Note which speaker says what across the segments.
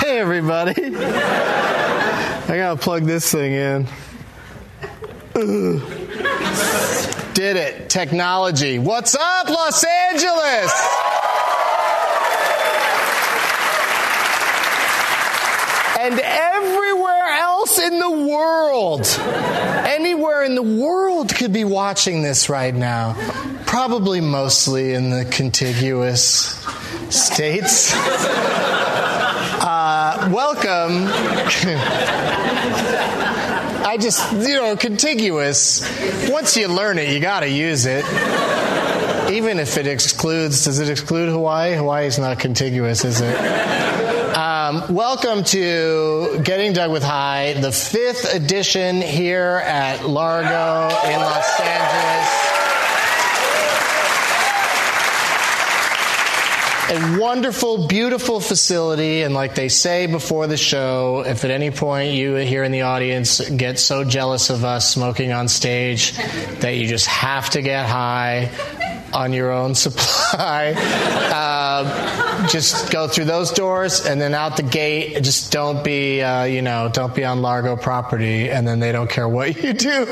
Speaker 1: Hey, everybody. I gotta plug this thing in. Ugh. Did it. Technology. What's up, Los Angeles? And everywhere else in the world, anywhere in the world could be watching this right now. Probably mostly in the contiguous states. Uh, welcome. I just, you know, contiguous. Once you learn it, you got to use it. Even if it excludes, does it exclude Hawaii? Hawaii's not contiguous, is it? Um, welcome to Getting Dug with High, the fifth edition here at Largo in Los Angeles. a wonderful, beautiful facility. And like they say before the show, if at any point you here in the audience get so jealous of us smoking on stage that you just have to get high on your own supply, uh, just go through those doors and then out the gate. Just don't be, uh, you know, don't be on Largo property, and then they don't care what you do.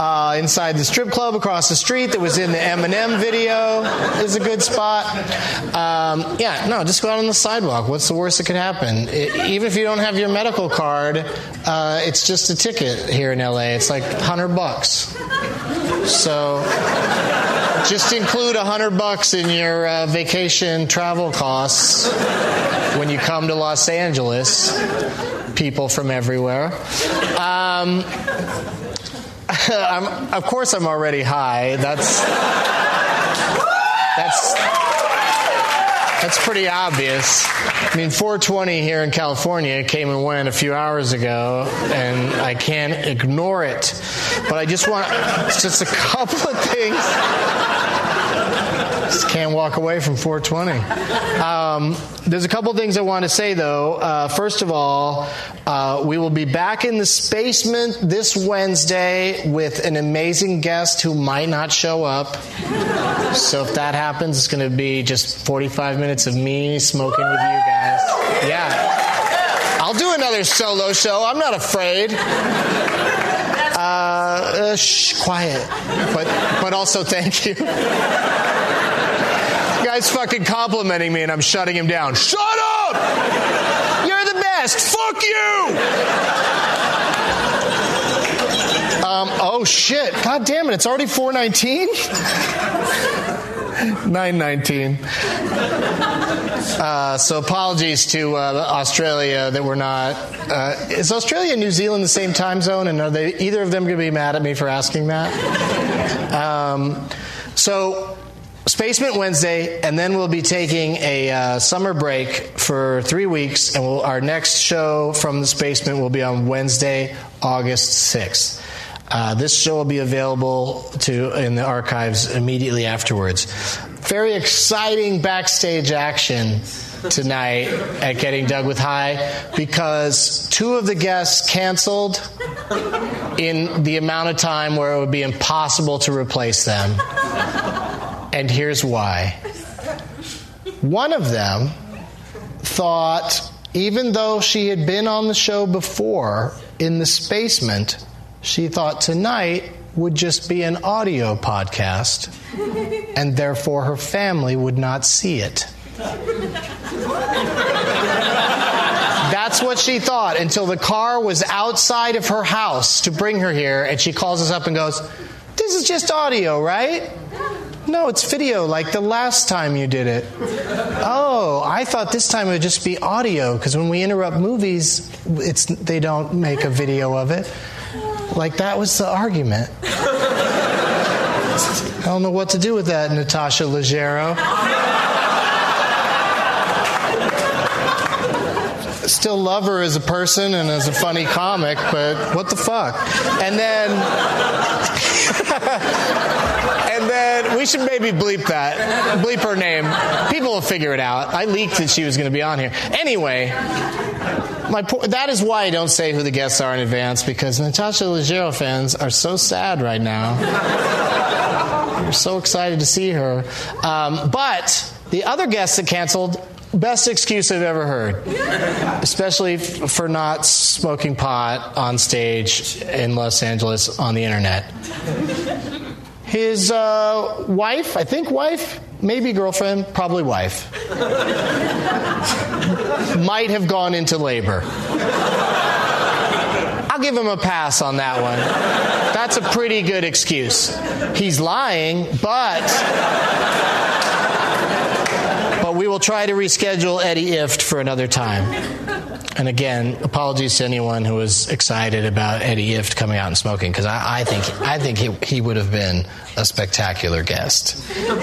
Speaker 1: Uh, inside the strip club across the street that was in the Eminem video is a good spot. Um, yeah, no, just go out on the sidewalk. What's the worst that could happen? It, even if you don't have your medical card, uh, it's just a ticket here in LA. It's like hundred bucks. So just include a hundred bucks in your uh, vacation travel costs when you come to Los Angeles. People from everywhere. Um, I'm, of course, I'm already high. That's that's that's pretty obvious. I mean, 420 here in California came and went a few hours ago, and I can't ignore it. But I just want just a couple of things. Just can't walk away from 420. Um, there's a couple things I want to say, though. Uh, first of all, uh, we will be back in the basement this Wednesday with an amazing guest who might not show up. so if that happens, it's going to be just 45 minutes of me smoking with you guys. Yeah. I'll do another solo show. I'm not afraid. Uh, shh, quiet. But, but also, thank you. guy's fucking complimenting me and I'm shutting him down. Shut up! You're the best! Fuck you! Um, oh shit. God damn it, it's already 419? 919. Uh, so apologies to uh, Australia that we're not. Uh, is Australia and New Zealand the same time zone? And are they either of them going to be mad at me for asking that? Um, so Spacement Wednesday, and then we'll be taking a uh, summer break for three weeks, and we'll, our next show from the Spacement will be on Wednesday, August 6th. Uh, this show will be available to in the archives immediately afterwards. Very exciting backstage action tonight at Getting Dug with High because two of the guests canceled in the amount of time where it would be impossible to replace them. And here's why. One of them thought, even though she had been on the show before in the spacement, she thought tonight would just be an audio podcast, and therefore her family would not see it. That's what she thought until the car was outside of her house to bring her here, and she calls us up and goes, This is just audio, right? No, it's video, like the last time you did it. Oh, I thought this time it would just be audio, because when we interrupt movies, it's, they don't make a video of it. Like, that was the argument. I don't know what to do with that, Natasha Leggero. Still love her as a person and as a funny comic, but what the fuck? And then. And then we should maybe bleep that. Bleep her name. People will figure it out. I leaked that she was going to be on here. Anyway, my po- that is why I don't say who the guests are in advance because Natasha Leggero fans are so sad right now. We're so excited to see her. Um, but the other guests that canceled Best excuse I've ever heard, especially f- for not smoking pot on stage in Los Angeles on the internet. His uh, wife, I think wife, maybe girlfriend, probably wife, might have gone into labor. I'll give him a pass on that one. That's a pretty good excuse. He's lying, but. But we will try to reschedule Eddie Ift for another time. And again, apologies to anyone who was excited about Eddie Ift coming out and smoking, because I, I think I think he, he would have been a spectacular guest,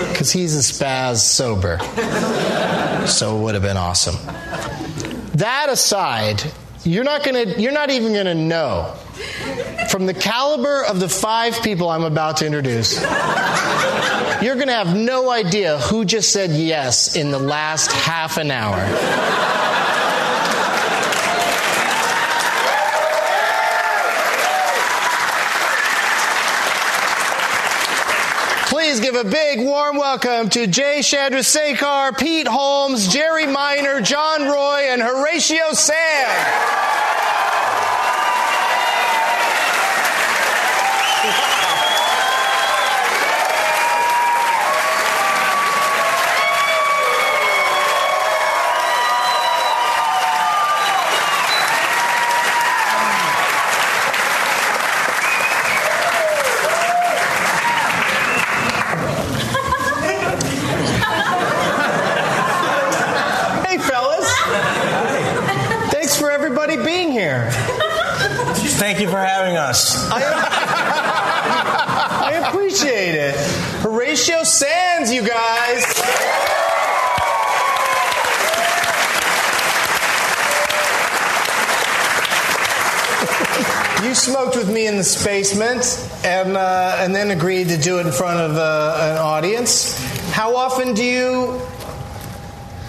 Speaker 1: because he's a spaz sober, so it would have been awesome. That aside, you're not gonna you're not even gonna know from the caliber of the five people I'm about to introduce, you're going to have no idea who just said yes in the last half an hour. Please give a big warm welcome to Jay Chandrasekhar, Pete Holmes, Jerry Miner, John Roy, and Horatio Sam.
Speaker 2: Thank you for having us.
Speaker 1: I, I, appreciate it. Horatio Sands, you guys. you smoked with me in the basement, and uh, and then agreed to do it in front of uh, an audience. How often do you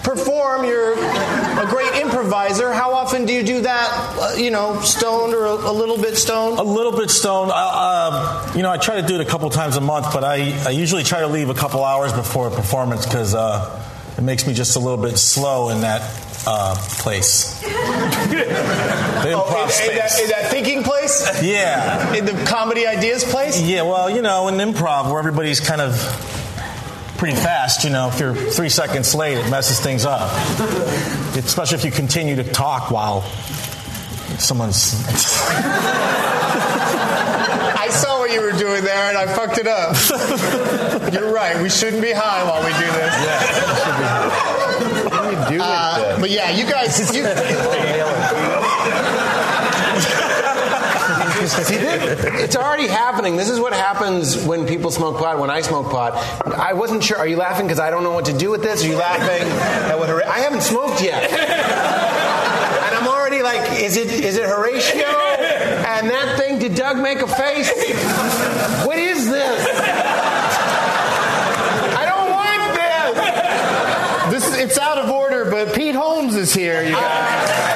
Speaker 1: perform. You're a great improviser. How often do you do that? Uh, you know, stoned or a, a, little bit stoned?
Speaker 2: A little bit stoned. Uh, uh, you know, I try to do it a couple times a month, but I, I usually try to leave a couple hours before a performance because it makes me just a little bit slow in that uh, place. the
Speaker 1: oh, in, space. In that, in that thinking place?
Speaker 2: Yeah.
Speaker 1: In the comedy ideas place?
Speaker 2: Yeah, well, you know, in improv where everybody's kind of pretty fast, you know, if you're three seconds late, it messes things up. Especially if you continue to talk while someone's.
Speaker 1: I saw what you were doing there and I fucked it up. you're right, we shouldn't be high while we do this.
Speaker 3: Yeah, What do you do uh,
Speaker 1: But yeah, you guys. You...
Speaker 3: See, it's already happening. This is what happens when people smoke pot. When I smoke pot, I wasn't sure. Are you laughing because I don't know what to do with this? Are you laughing at what? Hor- I haven't smoked yet, and I'm already like, is it is it Horatio? And that thing? Did Doug make a face? What is this?
Speaker 1: I don't want this. This is, it's out of order, but Pete Holmes is here, you guys.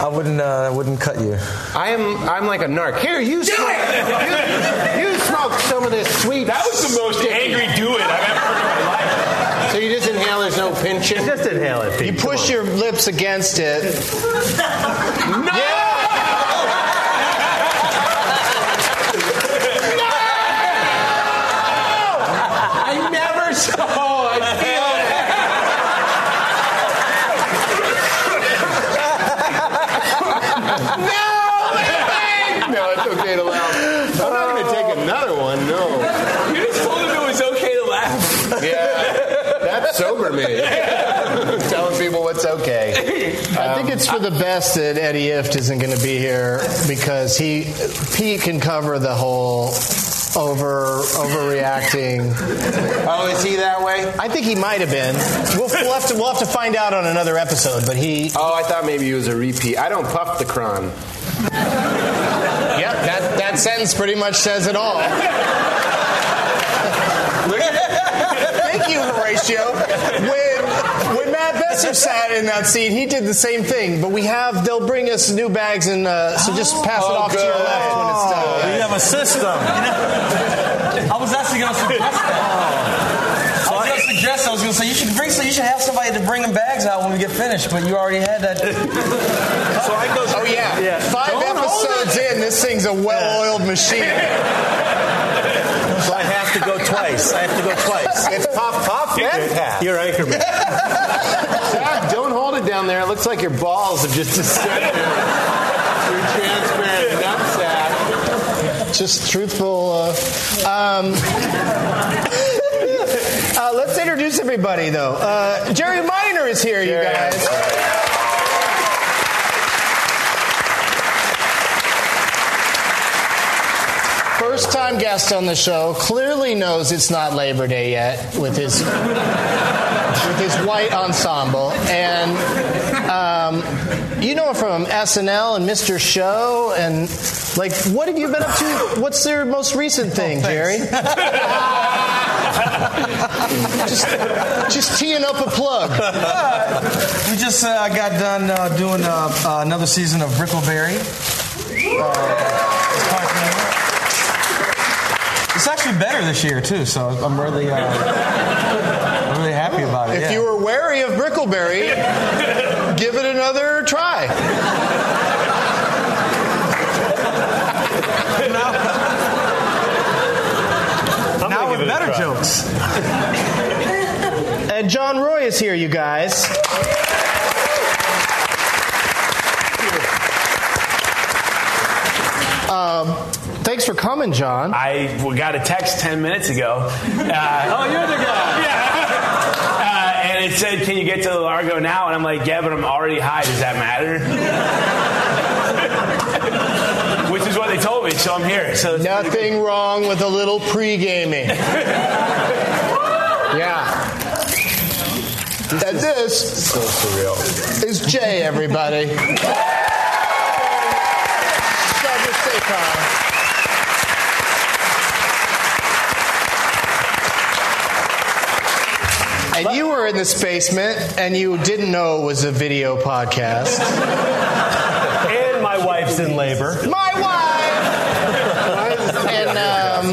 Speaker 3: I
Speaker 4: wouldn't. Uh, wouldn't cut you.
Speaker 3: I am. I'm like a narc. Here, you do smoke. It. You, you smoke some of this sweet.
Speaker 5: That was the most sticky. angry do it I've ever heard in my life.
Speaker 3: So you just inhale. There's no pinching.
Speaker 4: Just inhale it.
Speaker 1: Pete. You push your lips against it.
Speaker 3: no. Yeah!
Speaker 5: sober me.
Speaker 3: Telling people what's okay.
Speaker 1: Um, I think it's for the best that Eddie Ift isn't going to be here because he Pete can cover the whole over overreacting.
Speaker 3: Oh, is he that way?
Speaker 1: I think he might have been. We'll, we'll, have to we'll have to find out on another episode. But he.
Speaker 3: Oh, I thought maybe he was a repeat. I don't puff the cron.
Speaker 1: yep, that that sentence pretty much says it all. Horatio. When, when Matt Besser sat in that seat, he did the same thing. But we have, they'll bring us new bags, and uh, so just pass oh, it off good. to your left when it's done.
Speaker 2: We have a system.
Speaker 4: so you should bring. So you should have somebody to bring the bags out when we get finished. But you already had that.
Speaker 2: So I go.
Speaker 6: Oh yeah.
Speaker 2: Yeah.
Speaker 6: 5
Speaker 2: Don't hold
Speaker 6: episodes in, this thing's a well-oiled machine.
Speaker 2: So I have to go twice. I have to go twice.
Speaker 1: It's pop pop and tap.
Speaker 2: You're Anchorman.
Speaker 1: Zach, don't hold it down there. It looks like your balls have just descended. You're transparent enough, Zach.
Speaker 6: Just truthful. Uh, um, uh, let's introduce everybody, though. Uh, Jerry Minor is here, you guys. First time guest on the show clearly knows it's not Labor Day yet with his with his white ensemble, and um, you know her from SNL and Mr. Show, and like, what have you been up to? What's their most recent thing, Jerry? just, just teeing up a plug.
Speaker 4: We just uh, got done uh, doing uh, uh, another season of Brickleberry. Uh, it's actually better this year too, so I'm really, uh, I'm really happy about it.
Speaker 6: If
Speaker 4: yeah.
Speaker 6: you were wary of Brickleberry, give it another try.
Speaker 4: now with better jokes.
Speaker 6: And John Roy is here, you guys. Um, thanks for coming, John.
Speaker 5: I w- got a text 10 minutes ago. Uh, oh, you're the guy. Yeah. Uh, and it said, Can you get to Largo now? And I'm like, Yeah, but I'm already high. Does that matter? Which is what they told me, so I'm here. So it's-
Speaker 6: Nothing wrong with a little pre gaming. yeah. and this
Speaker 1: So surreal.
Speaker 6: is Jay, everybody. Shabba Sekar. And you were in this basement and you didn't know it was a video podcast.
Speaker 5: and my wife's in labor.
Speaker 6: My wife! and, um,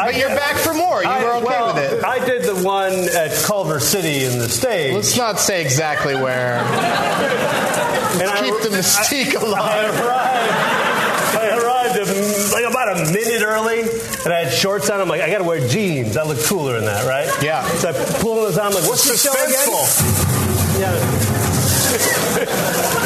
Speaker 6: but you're back for more. You were okay
Speaker 2: well,
Speaker 6: with it.
Speaker 2: I did the one at Culver City in the stage.
Speaker 6: Let's not say exactly where.
Speaker 2: and I-
Speaker 6: Keep the mystique
Speaker 2: I
Speaker 6: alive.
Speaker 2: arrived, I arrived a- like about a minute early, and I had shorts on. I'm like, I gotta wear jeans. I look cooler in that, right?
Speaker 6: Yeah.
Speaker 2: So I pulled those on. I'm like, what's the show again? Yeah.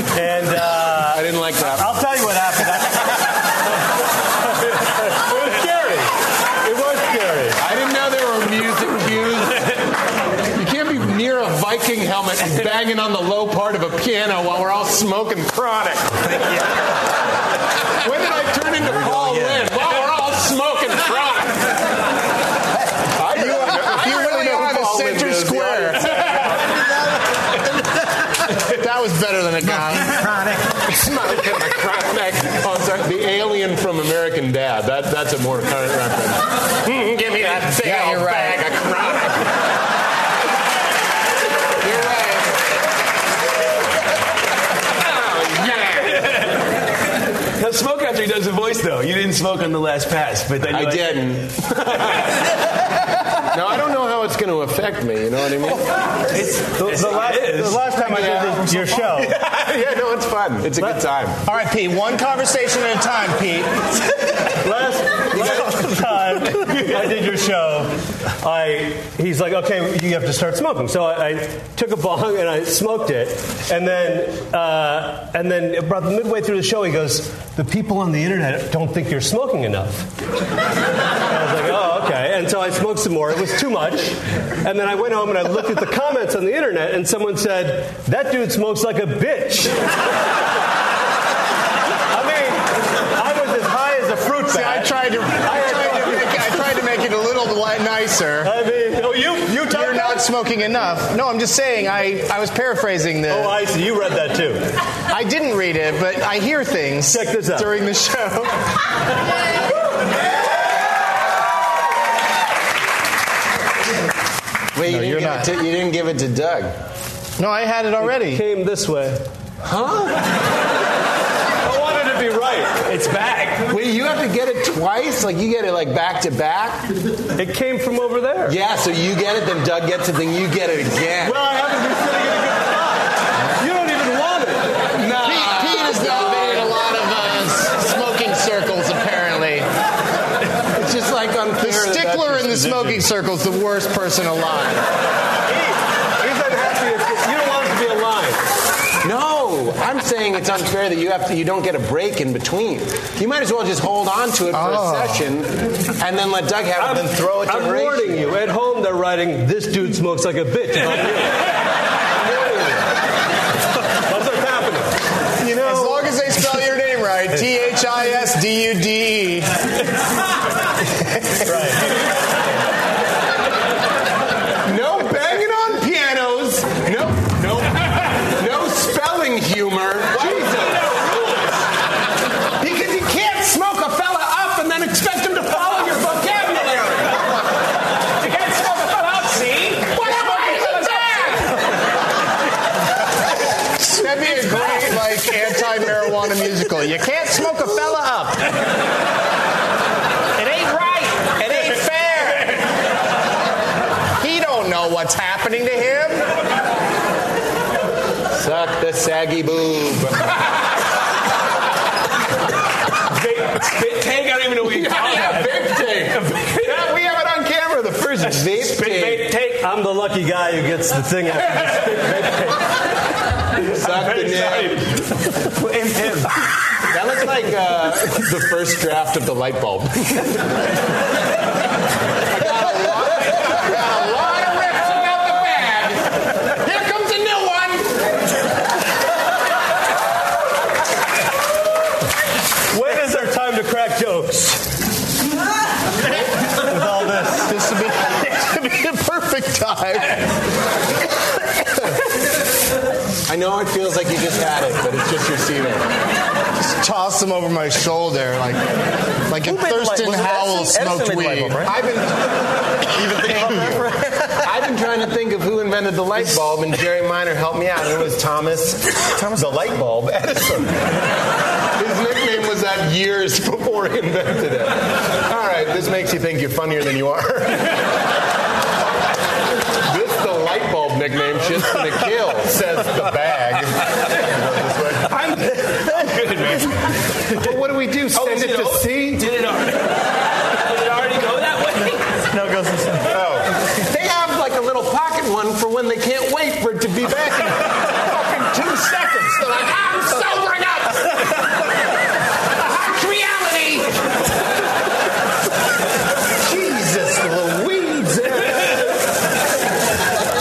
Speaker 2: and uh,
Speaker 1: I didn't like that.
Speaker 2: I'll tell you what happened. it was scary. It was scary.
Speaker 1: I didn't know there were music cues. You can't be near a Viking helmet and banging on the low part of a piano while we're all smoking chronic. When did I turn into Paul Lynn? While we're all smoking chronic. I you,
Speaker 6: If you really are the center square. that was better than a guy.
Speaker 1: oh, sorry, the alien from American Dad. That, that's a more current reference. Mm, give me that big
Speaker 6: Yeah,
Speaker 1: old
Speaker 6: you're right.
Speaker 1: bag of chronic.
Speaker 6: You're right.
Speaker 1: Oh, yeah.
Speaker 5: Now, Smoke Country does a voice, though. You didn't smoke on the last pass, but then you
Speaker 1: I
Speaker 5: like-
Speaker 1: didn't. now, I don't know how it's going to affect me. You know what I mean?
Speaker 2: The, the last,
Speaker 5: it is.
Speaker 2: the last time I did the, your show,
Speaker 1: yeah, no, it's fun. It's a good time.
Speaker 6: All right, Pete. One conversation at a time, Pete.
Speaker 2: last, last time I did your show, I he's like, okay, you have to start smoking. So I, I took a bong and I smoked it, and then uh, and then about midway through the show, he goes, the people on the internet don't think you're smoking enough. And I was like, oh, okay. And so I smoked some more. It was too much, and then I went home and I looked at the comments on the internet, and someone said, that dude smokes like a bitch. I mean, I was as high as a fruit
Speaker 6: See, I
Speaker 2: bat.
Speaker 6: tried to. I tried to make, I tried to make it a little li- nicer.
Speaker 2: I mean, oh, you you typed
Speaker 6: You're not
Speaker 2: that?
Speaker 6: smoking enough. No, I'm just saying. I I was paraphrasing the.
Speaker 2: Oh, I see. You read that too.
Speaker 6: I didn't read it, but I hear things
Speaker 2: Oh. Check this out.
Speaker 6: during the show.
Speaker 1: Wait, you,
Speaker 6: No,
Speaker 1: didn't
Speaker 6: you're
Speaker 1: give
Speaker 6: not.
Speaker 1: It to, you didn't give it to Doug.
Speaker 6: No, I had it already.
Speaker 2: Came this way.
Speaker 1: Huh?
Speaker 2: I wanted to
Speaker 1: be right.
Speaker 5: It's back.
Speaker 1: Wait, you have to get it twice? Like you get it like back to back?
Speaker 5: It came from over there.
Speaker 1: Yeah, so you get it, then Doug gets it, then you get it again.
Speaker 4: Well, I haven't been sitting in a good spot. You don't even want it.
Speaker 1: Nah,
Speaker 6: Pete, Pete has now been in a lot of uh, s- smoking circles, apparently.
Speaker 1: It's just like unfair.
Speaker 6: The stickler in the smoking circle is the worst person alive.
Speaker 4: Because I'd have to be- you don't want it to be a line.
Speaker 1: No, I'm saying it's unfair that you have to, you don't get a break in between. You might as well just hold on to it for
Speaker 6: Oh.
Speaker 1: a session and then let Doug have it, and then throw it to
Speaker 7: I'm
Speaker 1: Horatio.
Speaker 7: warning you. At home, they're writing, "This dude smokes like a bitch."
Speaker 4: That's what's happening. You
Speaker 6: As
Speaker 4: know,
Speaker 6: long as they spell your name right, T H I S D U D E.
Speaker 1: No banging on pianos. No, no, no spelling humor. Jesus. Because you can't smoke a fella up and then expect him to follow your vocabulary.
Speaker 5: You can't smoke a fella out, see?
Speaker 1: What happened to the bag?
Speaker 6: That'd be a great, like, anti marijuana musical. You can't smoke a fella up. It ain't right. It ain't fair. He don't know what's happening to him.
Speaker 1: Suck the saggy boob.
Speaker 5: Spit tank, I don't even know what you call
Speaker 1: Yeah,
Speaker 5: that.
Speaker 1: vape tape. Yeah, we have it on camera. The first vape tape.
Speaker 5: Spit tank.
Speaker 7: I'm the lucky guy who gets the thing. After.
Speaker 1: Suck the name. That looks like uh, the first draft of the light bulb.
Speaker 7: When is our time to crack jokes? With all this,
Speaker 6: This would be, this would be the perfect time.
Speaker 1: I know it feels like you just had it, but it's just your semen.
Speaker 6: Just toss him over my shoulder, like, like if Thurston Howell smoked weed.
Speaker 1: I've been I've been trying to think of who invented the light bulb, and Jerry Minor helped me out. It was Thomas Thomas the light bulb Edison. His nickname was that years before he invented it. All right, this makes you think you're funnier than you are. this the light bulb nickname shit's gonna kill, says the bag.
Speaker 5: I'm good, man.
Speaker 1: But what do we do? Send Oh, it to C?
Speaker 5: Did it already? Did it already go that way?
Speaker 7: no it goes. to-
Speaker 1: They have like a little pocket one for when they can't wait for it to be back in fucking two seconds. They're like, I'm sobering up. Harsh reality. Jesus Louise.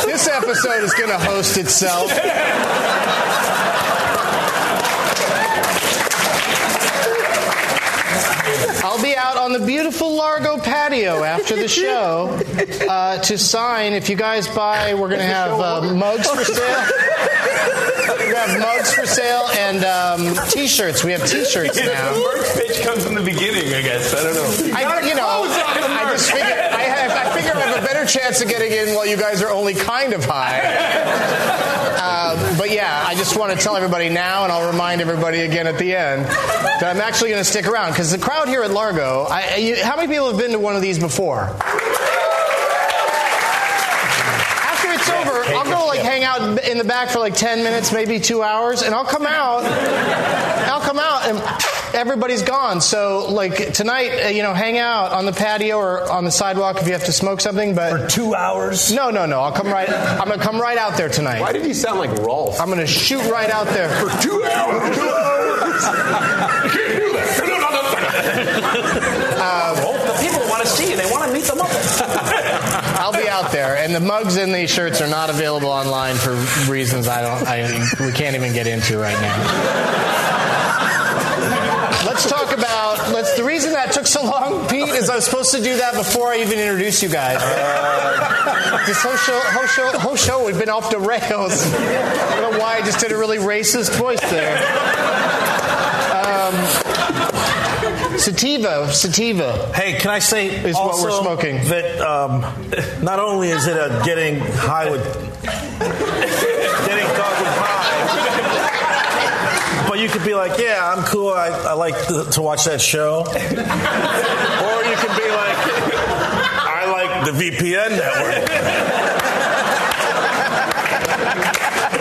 Speaker 6: This episode is going to host itself. I'll be out on the beautiful Largo patio after the show uh, to sign. If you guys buy, we're going to have uh, mugs for sale. We have mugs for sale and um, T-shirts. We have T-shirts now.
Speaker 5: The merch pitch comes in the beginning, I guess. I don't know.
Speaker 6: I, you know, I just figure I, have, I figure I have a better chance of getting in while you guys are only kind of high. Uh, but yeah, I just want to tell everybody now, and I'll remind everybody again at the end that I'm actually going to stick around because the crowd here at Largo. I, you, how many people have been to one of these before? After it's over, I'll go like hang out in the back for like ten minutes, maybe two hours, and I'll come out. I'll come out and everybody's gone. So like tonight, uh, you know, hang out on the patio or on the sidewalk if you have to smoke something. But
Speaker 7: For two hours.
Speaker 6: no, no, no. I'll come right. I'm gonna come right out there tonight.
Speaker 1: Why did you sound like Rolf?
Speaker 6: I'm gonna shoot right out there.
Speaker 1: two hours. Two hours.
Speaker 5: The people want to see you. They want to meet the mother.
Speaker 6: I'll be out there, and the mugs and the shirts are not available online for reasons I don't. I, we can't even get into right now. Let's talk about. Let's. The reason that took so long, Pete, is I was supposed to do that before I even introduced you guys. this whole show, whole show, whole show, we've been off the rails. I don't know why I just did a really racist voice there. Um, sativa, sativa.
Speaker 2: Hey, can I say
Speaker 6: Is what
Speaker 2: also
Speaker 6: we're smoking.
Speaker 2: that um, not only is it a getting high with getting dog with high, but
Speaker 7: you could be like, yeah, I'm cool. I, I like th- to watch that show. or you could be like, I like the VPN network.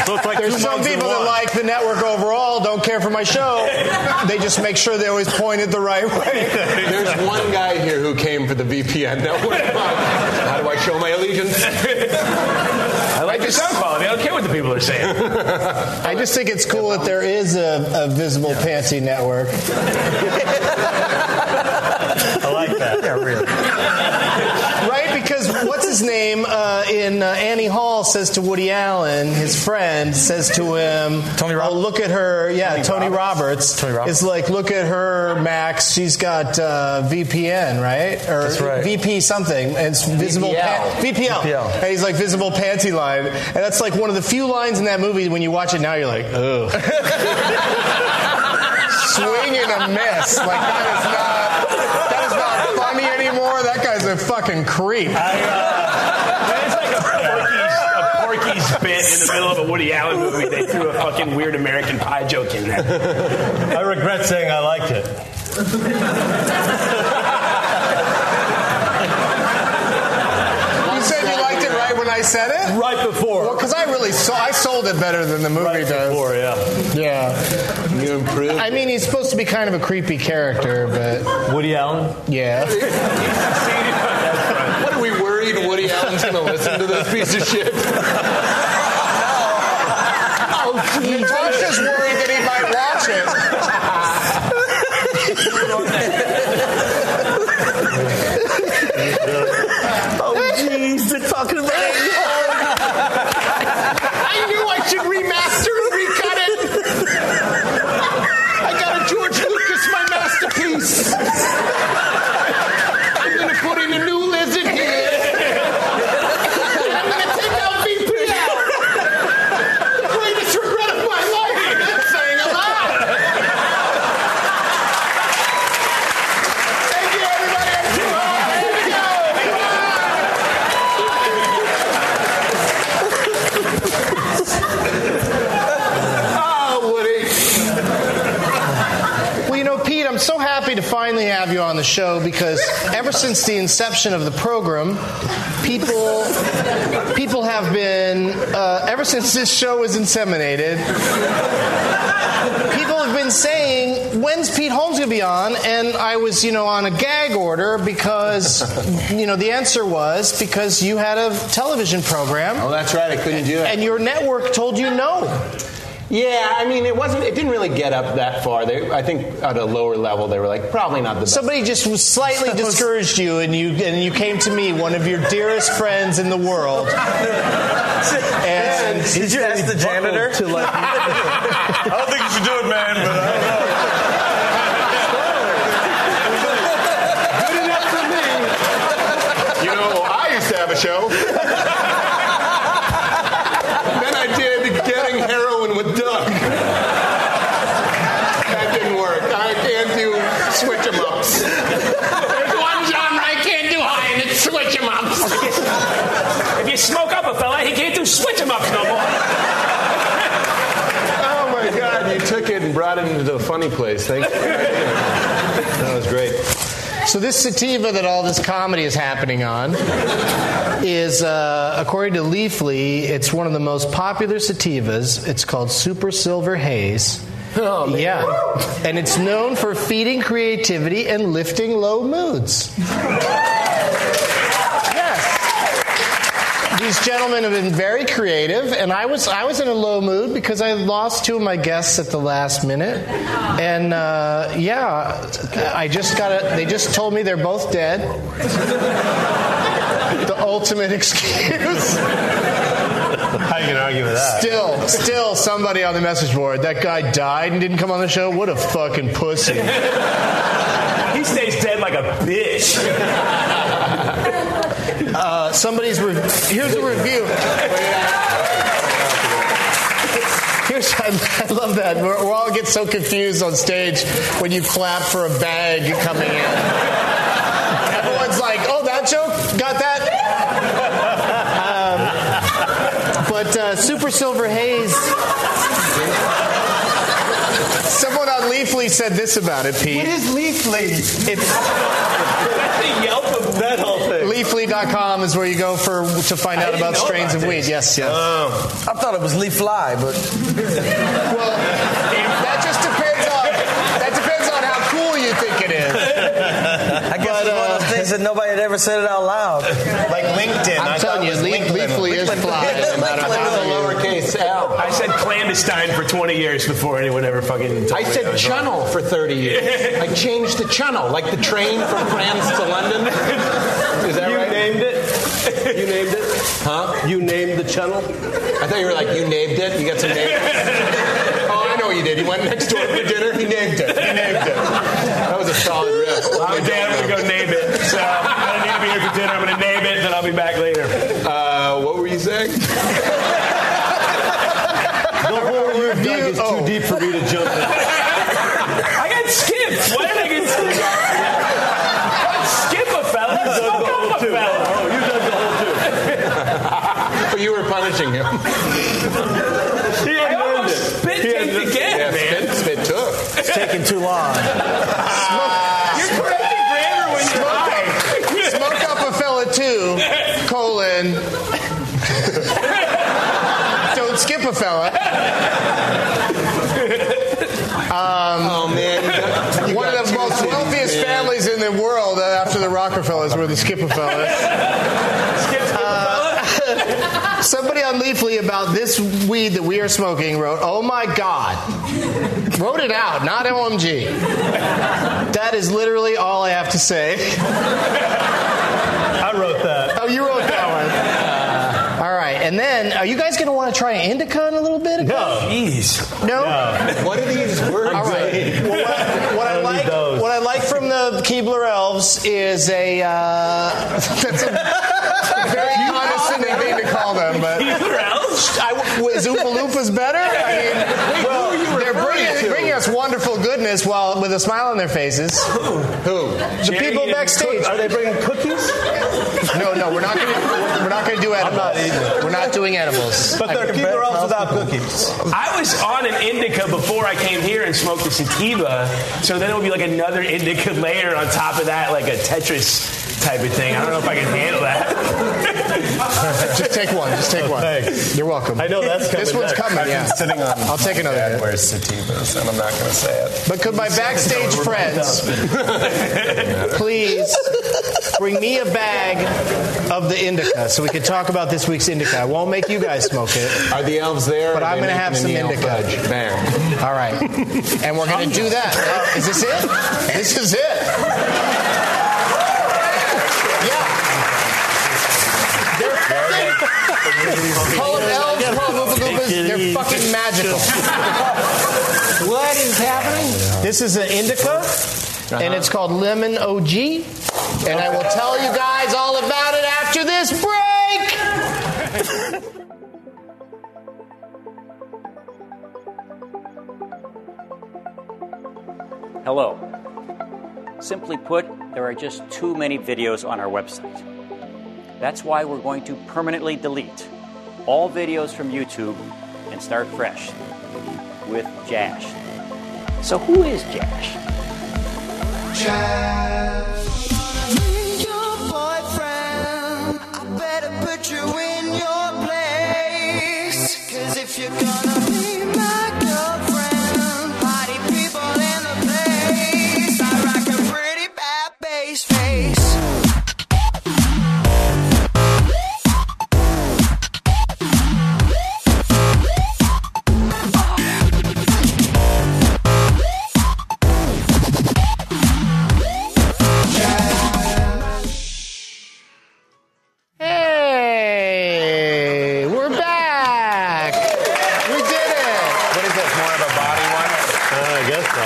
Speaker 7: so it's like
Speaker 6: There's
Speaker 7: two
Speaker 6: some
Speaker 7: mugs in
Speaker 6: people that
Speaker 7: one.
Speaker 6: like the network overall, don't care for my show. They just make sure they always point it the right way.
Speaker 1: There's one guy here who came for the VPN network. How do I show my allegiance?
Speaker 5: I like the sound quality. I don't care what the people are saying.
Speaker 6: I just think it's cool that there is a, a visible panty network.
Speaker 7: I like that. yeah, really.
Speaker 6: Right? Because what's his name uh, in uh, Annie Hall says to Woody Allen, his friend says to him,
Speaker 2: Tony Rob-
Speaker 6: Oh, look at her. Yeah, Tony, Roberts.
Speaker 2: Tony Roberts.
Speaker 6: It's like, look at her, Max. She's got uh, VPN, right? Or
Speaker 2: That's right.
Speaker 6: VP something. And it's visible
Speaker 1: VPL.
Speaker 6: pan- VPL.
Speaker 2: VPL.
Speaker 6: And he's like, visible panty line. And that's like one of the few lines in that movie when you watch it now, you're like, ugh. Swing and a miss. Like, that is not. That is not funny anymore. That guy's a fucking creep.
Speaker 5: It's like a Porky's, a Porky's bit in the middle of a Woody Allen movie. They threw a fucking weird American Pie joke in there.
Speaker 7: I regret saying I liked it.
Speaker 6: You said you liked it right when I said it?
Speaker 7: Right before.
Speaker 6: Well, because I really so I sold it better than the movie
Speaker 7: right
Speaker 6: does.
Speaker 7: before, yeah.
Speaker 6: Yeah.
Speaker 1: You improved.
Speaker 6: I mean, he's supposed to be kind of a creepy character, but
Speaker 7: Woody Allen.
Speaker 6: yeah.
Speaker 1: what are we worried Woody Allen's going to listen to this piece of shit?
Speaker 6: Natasha's worried that he might watch it.
Speaker 7: Oh, jeez, they're talking about
Speaker 6: I knew I should remaster and recut it.
Speaker 1: I got a George Lucas, my masterpiece. I'm going to put in a new lizard here. I'm going to take out VP out. The greatest regret of my life. That's saying a lot. Thank you, everybody. I'm too hot. Here we go. Oh, Woody.
Speaker 6: Well, you know, Pete, I'm so happy to finally have you on the show because ever since the inception of the program, people people have been uh, ever since this show was inseminated. People have been saying, "When's Pete Holmes gonna be on?" And I was, you know, on a gag order because, you know, the answer was because you had a television program
Speaker 1: Oh, that's right. I couldn't do it.
Speaker 6: and your network told you no.
Speaker 1: Yeah, I mean, it wasn't. It didn't really get up that far. They, I think, at a lower level, they were like, probably not the best.
Speaker 6: Somebody just was slightly discouraged you, and you and you came to me, one of your dearest friends in the world. And
Speaker 4: Did you ask the janitor?
Speaker 2: To like,
Speaker 7: I don't think you should do it, man, but I don't know.
Speaker 1: Good enough for me. You know, I used to have a show. then I did getting heroin with Doug. that didn't work. I can't do switch 'em ups.
Speaker 5: There's one genre I can't do high, and it's switch 'em ups. if you smoke up a fella, he can't do switch 'em ups no more.
Speaker 1: Oh my God! You took it and brought it into the funny place. Thank you. That was great.
Speaker 6: so this sativa that all this comedy is happening on is, uh, according to Leafly, it's one of the most popular sativas. It's called Super Silver Haze.
Speaker 1: Oh, man.
Speaker 6: Yeah, and it's known for feeding creativity and lifting low moods. yes. These gentlemen have been very creative, and I was I was in a low mood because I lost two of my guests at the last minute, and uh, yeah, I just got a, They just told me they're both dead. the ultimate excuse.
Speaker 7: How you going to argue with that?
Speaker 6: Still, still somebody on the message board. That guy died and didn't come on the show. What a fucking pussy.
Speaker 5: He stays dead like a bitch.
Speaker 6: Uh, somebody's re- here's a review. Here's, I, I love that. We're, we all get so confused on stage when you clap for a bag coming in. Everyone's like, "Oh, that joke, got that." Um, but uh, Super Silver Haze. Someone on Leafly said this about it, Pete.
Speaker 1: What is Leafly?
Speaker 5: That's the Yelp of metal thing.
Speaker 6: Leafly.com is where you go for to find
Speaker 5: I
Speaker 6: out
Speaker 5: didn't
Speaker 6: about
Speaker 5: know
Speaker 6: strains
Speaker 5: about
Speaker 6: of
Speaker 5: this.
Speaker 6: weed. Yes, yes.
Speaker 4: I thought it was Lee Fly, but
Speaker 6: Well, that just depends on that depends on how cool you think it is.
Speaker 4: I guess it's one of those things that nobody had ever said it out loud.
Speaker 7: Like LinkedIn.
Speaker 6: I'm
Speaker 7: I
Speaker 6: telling
Speaker 7: thought
Speaker 6: you,
Speaker 7: it was
Speaker 6: Leaf, Leafly is fly. No matter how you-
Speaker 1: Lowercase L.
Speaker 5: I said clandestine for 20 years before anyone ever fucking told
Speaker 1: I
Speaker 5: me
Speaker 1: said
Speaker 5: was wrong.
Speaker 1: channel for 30 years. I changed the channel, like the train from France to London. Is that
Speaker 8: You
Speaker 1: right?
Speaker 8: named it. You named it.
Speaker 1: Huh?
Speaker 8: You named the channel.
Speaker 1: I thought you were like, you named it? You got some names? oh, I know what you did. You went next door for dinner. He named it. He named it. That was a solid riff.
Speaker 5: I'm dead. I'm gonna go name it. So I don't need to be here for dinner. I'm gonna name it, and then I'll be back later.
Speaker 1: Uh, what were you saying?
Speaker 8: The whole you
Speaker 6: Review-
Speaker 8: dug is
Speaker 6: oh.
Speaker 8: too deep for me to jump in.
Speaker 5: I got skipped. Why did I get skipped? Don't skip a fella. Don't fuck up a fella.
Speaker 8: Oh, you dug the whole too.
Speaker 1: But you were punishing him.
Speaker 5: He had I almost spit taped again,
Speaker 1: yeah,
Speaker 5: man.
Speaker 1: spit, spit took.
Speaker 2: It's taking too long.
Speaker 5: You're correcting grammar when you're high.
Speaker 6: oh. Smoke up a fella too, colon. Don't skip a fella.
Speaker 1: Oh man, you got- you
Speaker 6: Um, One
Speaker 1: got
Speaker 6: of the
Speaker 1: two
Speaker 6: most
Speaker 1: cities,
Speaker 6: wealthiest
Speaker 1: man.
Speaker 6: families in the world uh, after the Rockefellers were the Skipperfellas.
Speaker 5: Skip, skip a fella.
Speaker 6: Somebody on Leafly about this weed that we are smoking wrote, "Oh my god." wrote it out, not OMG. That is literally all I have to say.
Speaker 7: I wrote that.
Speaker 6: Oh, you wrote that one. All right, and then are you guys going to want to try indica in a little bit?
Speaker 7: No.
Speaker 6: No.
Speaker 1: What are these words?
Speaker 6: All right. Well, what, what
Speaker 7: I
Speaker 6: I
Speaker 7: don't need
Speaker 6: like,
Speaker 7: those.
Speaker 6: what I like from the Keebler elves is a. Uh, that's a very condescending thing to call them, but.
Speaker 5: Either else.
Speaker 6: I, was Oompa Loompas better? I mean,
Speaker 1: who are you
Speaker 6: they're
Speaker 1: referring
Speaker 6: bringing,
Speaker 1: to?
Speaker 6: bringing us wonderful goodness while with a smile on their faces.
Speaker 1: Who?
Speaker 6: The people backstage.
Speaker 8: Are they bringing cookies?
Speaker 6: No, no, we're not. Gonna, we're not going to do edibles. We're not doing edibles.
Speaker 7: But they're keeper elves without cookies.
Speaker 5: I was on an indica before I came here and smoked a sativa, so then it would be like another indica layer on top of that, like a Tetris type of thing. I don't know if I can handle that.
Speaker 6: Just take one. Just take one.
Speaker 7: Oh, Thanks.
Speaker 6: You're welcome.
Speaker 7: I know that's coming.
Speaker 6: This one's
Speaker 7: next.
Speaker 6: coming.
Speaker 7: I've
Speaker 6: yeah.
Speaker 7: been sitting on.
Speaker 6: I'll take another.
Speaker 7: Dad wears sativas, and I'm not going to say it.
Speaker 6: But could my backstage friends please bring me a bag of the indica so we can talk about this week's indica? I won't make you guys smoke it.
Speaker 1: Are the elves there?
Speaker 6: But
Speaker 1: Are
Speaker 6: I'm
Speaker 1: they
Speaker 6: gonna have
Speaker 1: making
Speaker 6: some
Speaker 1: the elf
Speaker 6: indica.
Speaker 1: fudge? Bang.
Speaker 6: All right. And we're going to do that. Is this it? This is it. Yeah. They're fucking- Call them elves, call them oompa-loompas, They're fucking magical.
Speaker 1: What is happening?
Speaker 6: This is an indica, and it's called Lemon OG. And I will tell you guys all about it after this break.
Speaker 9: Hello. Simply put, there are just too many videos on our website. That's why we're going to permanently delete all videos from YouTube and start fresh with Jash. So, who is Jash?
Speaker 10: your boyfriend. I better put you in your place. Cause if you're gonna be my girlfriend, party people in the place. I rock a pretty bad bass face.
Speaker 6: Hey, we're back. We did it.
Speaker 7: What is this? More of a body one? Uh, I guess so.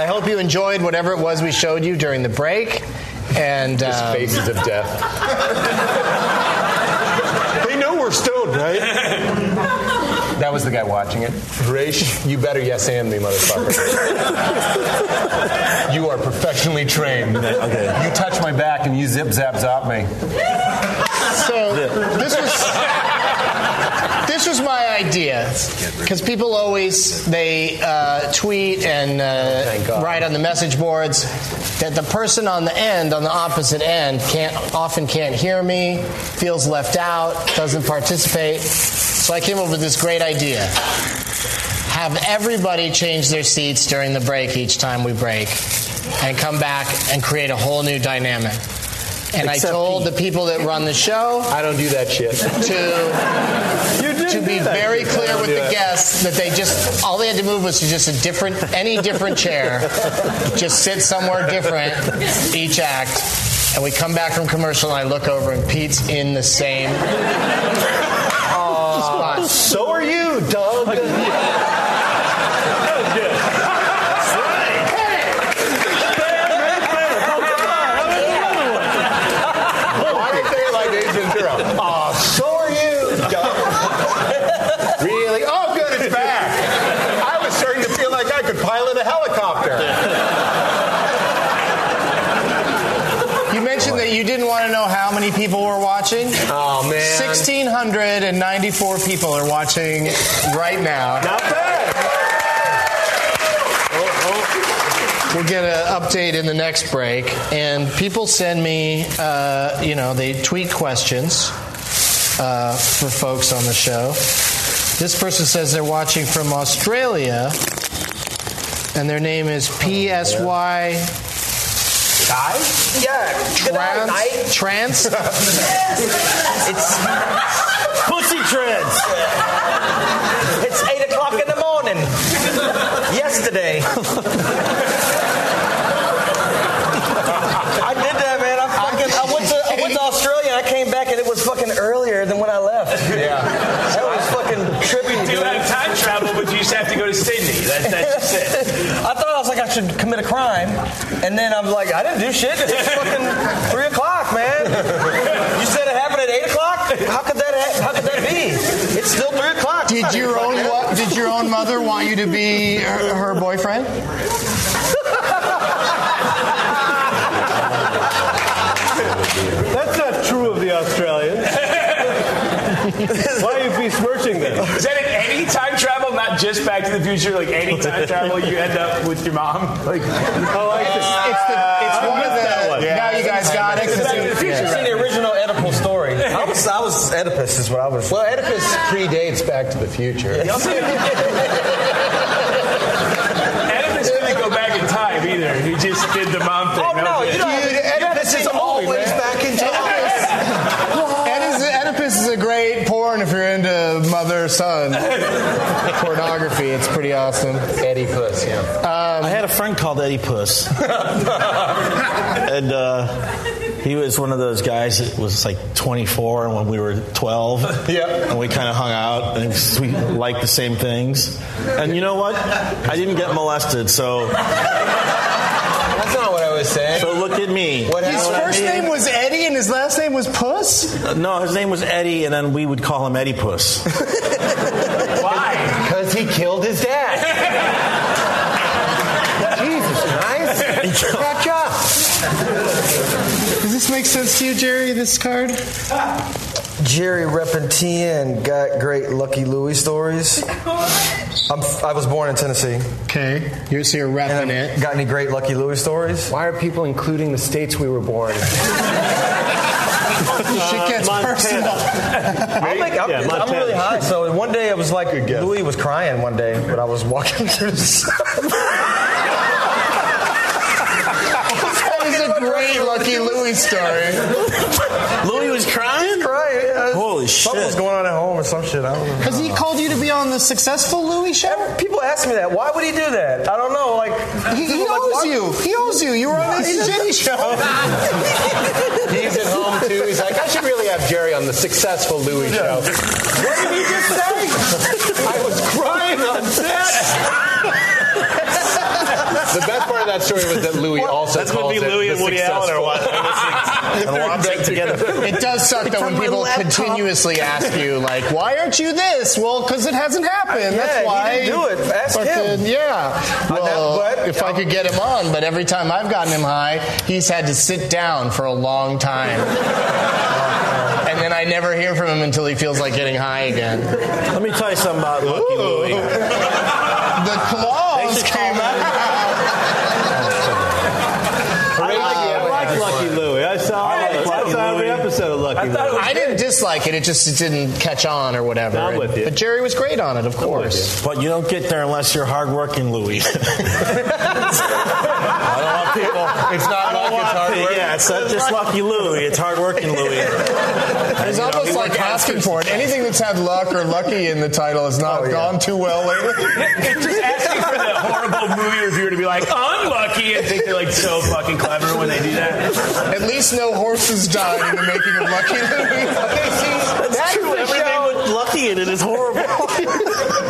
Speaker 6: I hope you enjoyed whatever it was we showed you during the break. And um,
Speaker 1: Faces of death. they know we're stoned, right? That was the guy watching it. Raish, you better yes and me, motherfucker. you are professionally trained. Okay. You touch my back and you zip zap zap me.
Speaker 6: so this was this was my idea because people always they uh, tweet and uh, write on the message boards that the person on the end, on the opposite end, can't often can't hear me, feels left out, doesn't participate. So I came up with this great idea: have everybody change their seats during the break each time we break, and come back and create a whole new dynamic. And I
Speaker 1: Except
Speaker 6: told the people that run the show.
Speaker 1: I don't do that shit.
Speaker 6: to to be very clear with the guests that they just all they had to move was to just a different any different chair, just sit somewhere different each act, and we come back from commercial and I look over and Pete's in the same. spot.
Speaker 1: So are you, Doug. Why don't they like Ace Ventura? Aw, so are you, Doug. Really? Oh, good, it's back. I was starting to feel like I could pilot a helicopter.
Speaker 6: You mentioned that you didn't want to know how many people were watching.
Speaker 1: Oh man,
Speaker 6: sixteen hundred and ninety-four people are watching right now. Not
Speaker 1: bad.
Speaker 6: We'll get an update in the next break, and people send me, uh, you know, they tweet questions uh, for folks on the show. This person says they're watching from Australia, and their name is
Speaker 1: Oh,
Speaker 6: P S Y
Speaker 1: Guy? Yeah. Trans?
Speaker 6: Trans?
Speaker 11: it's pussy trance. It's eight o'clock in the morning. Yesterday. I did that, man. I fucking. I went to. I went to Australia. and I came back and it was fucking earlier than when I left. Yeah. That was fucking trippy.
Speaker 5: We do
Speaker 11: dude.
Speaker 5: have time travel, but you just have to go to Sydney. That, that's just it.
Speaker 11: I thought I was like I should commit a crime, and then I'm like I didn't do shit. It's fucking three o'clock, man. You said it happened at eight o'clock. How could that? Ha- how could that be? It's still three o'clock.
Speaker 6: Did your own wa- did your own mother want you to be her, her boyfriend?
Speaker 8: That's not true of the Australians. Why are you besmirching them?
Speaker 5: Is that in any time travel, not just Back to the Future? Like any time travel, you end up with your mom. Like,
Speaker 8: I like this.
Speaker 6: It's, the, it's one of the.
Speaker 5: Yeah.
Speaker 6: Now you guys got it. 'cause you-
Speaker 11: You've seen the original Oedipal story.
Speaker 4: I was, I was Oedipus, is what I was.
Speaker 1: Well, Oedipus predates Back to the Future.
Speaker 5: Oedipus didn't go back in time either. He just did the mom thing.
Speaker 11: Oh no,
Speaker 5: good.
Speaker 11: you don't.
Speaker 1: Dude,
Speaker 11: you haven't
Speaker 1: Oedipus
Speaker 11: seen
Speaker 1: is
Speaker 11: the movie,
Speaker 1: always
Speaker 11: man.
Speaker 1: back in time.
Speaker 6: Oedipus, Oedipus is a great porn if you're into mother son pornography. It's pretty awesome.
Speaker 1: Oedipus, yeah.
Speaker 2: I had a friend called Eddie Puss. and uh, he was one of those guys that was like 24 and when we were 12.
Speaker 1: Yeah.
Speaker 2: And we kind of hung out and we liked the same things. And you know what? I didn't get molested, so,
Speaker 1: That's not what I was saying.
Speaker 2: so look at me.
Speaker 1: What
Speaker 6: His
Speaker 1: happened?
Speaker 6: first name was Eddie and his last name was Puss.
Speaker 2: No, his name was Eddie, and then we would call him Eddie Puss.
Speaker 5: Why?
Speaker 1: Because he killed his dad. Jesus, guys. Catch up.
Speaker 6: Does this make sense to you, Jerry? This card?
Speaker 11: Jerry Repentine got great Lucky Louie stories. I'm, I was born in Tennessee.
Speaker 6: Okay, you're so you're repping it.
Speaker 11: Got any great Lucky Louie stories?
Speaker 1: Why are people including the states we were born?
Speaker 6: Shit gets personal.
Speaker 11: I'll make, I'm,
Speaker 8: Uh, Yeah,
Speaker 11: I'm
Speaker 8: Montana.
Speaker 11: really high, so one day I was like,
Speaker 8: guess.
Speaker 11: Louis was crying one day when I was walking through the
Speaker 6: That is a great Lucky Louie story.
Speaker 2: Louis was crying?
Speaker 11: Crying. yeah.
Speaker 2: Holy
Speaker 11: Something
Speaker 2: shit.
Speaker 11: was going on at home or some shit. I don't know.
Speaker 6: Has he called you to be on the successful Louie show?
Speaker 11: People ask me that. Why would he do that? I don't know. Like
Speaker 6: He, he
Speaker 11: people like,
Speaker 6: owes
Speaker 11: why-
Speaker 6: you. He owes you. You were on his Jimmy show.
Speaker 1: He's at home too. He's like, I should really have Jerry on the successful Louis show. What did he just say? I was crying on set. the best part of that story was that Louis also
Speaker 7: That's
Speaker 1: calls
Speaker 7: going to be
Speaker 1: it
Speaker 7: Louis
Speaker 1: the
Speaker 7: and Woody Allen are watching
Speaker 1: successful-
Speaker 7: this and watching together.
Speaker 6: It does suck though when people continuously ask you, like, why aren't you this? Well, because it hasn't happened.
Speaker 11: Yeah,
Speaker 6: That's
Speaker 11: he
Speaker 6: why.
Speaker 11: didn't do it. Ask
Speaker 6: But
Speaker 11: him.
Speaker 6: then, yeah. Well,
Speaker 11: that- but-
Speaker 6: if I could get him on, but every time I've gotten him high, he's had to sit down for a long time. and then I I never hear from him until he feels like getting high again. Let me tell you something about Lucky Louie. The claws came
Speaker 8: I like Lucky Louie. I saw, I saw every episode of Lucky Louie.
Speaker 6: I didn't dislike it; it just it didn't catch on or whatever.
Speaker 8: I'm with you.
Speaker 6: But Jerry was great on it, of course.
Speaker 2: But you don't get there unless you're hardworking, Louis. I don't want people.
Speaker 1: It's not
Speaker 2: I don't
Speaker 1: luck, it's
Speaker 2: want
Speaker 1: hard
Speaker 2: to-
Speaker 1: work.
Speaker 2: Yeah, it's not just lucky Louie. It's hardworking Louie.
Speaker 6: It's almost like asking for it. Anything that's had luck or lucky in the title has not gone too well lately.
Speaker 5: Just asking for the horrible movie reviewer to be like, unlucky. I think they're like so fucking clever when they do that.
Speaker 6: At least no horses died in the making of Lucky Louie.
Speaker 1: That's
Speaker 2: true.
Speaker 1: the
Speaker 2: Everything
Speaker 1: show.
Speaker 2: with lucky in it is horrible.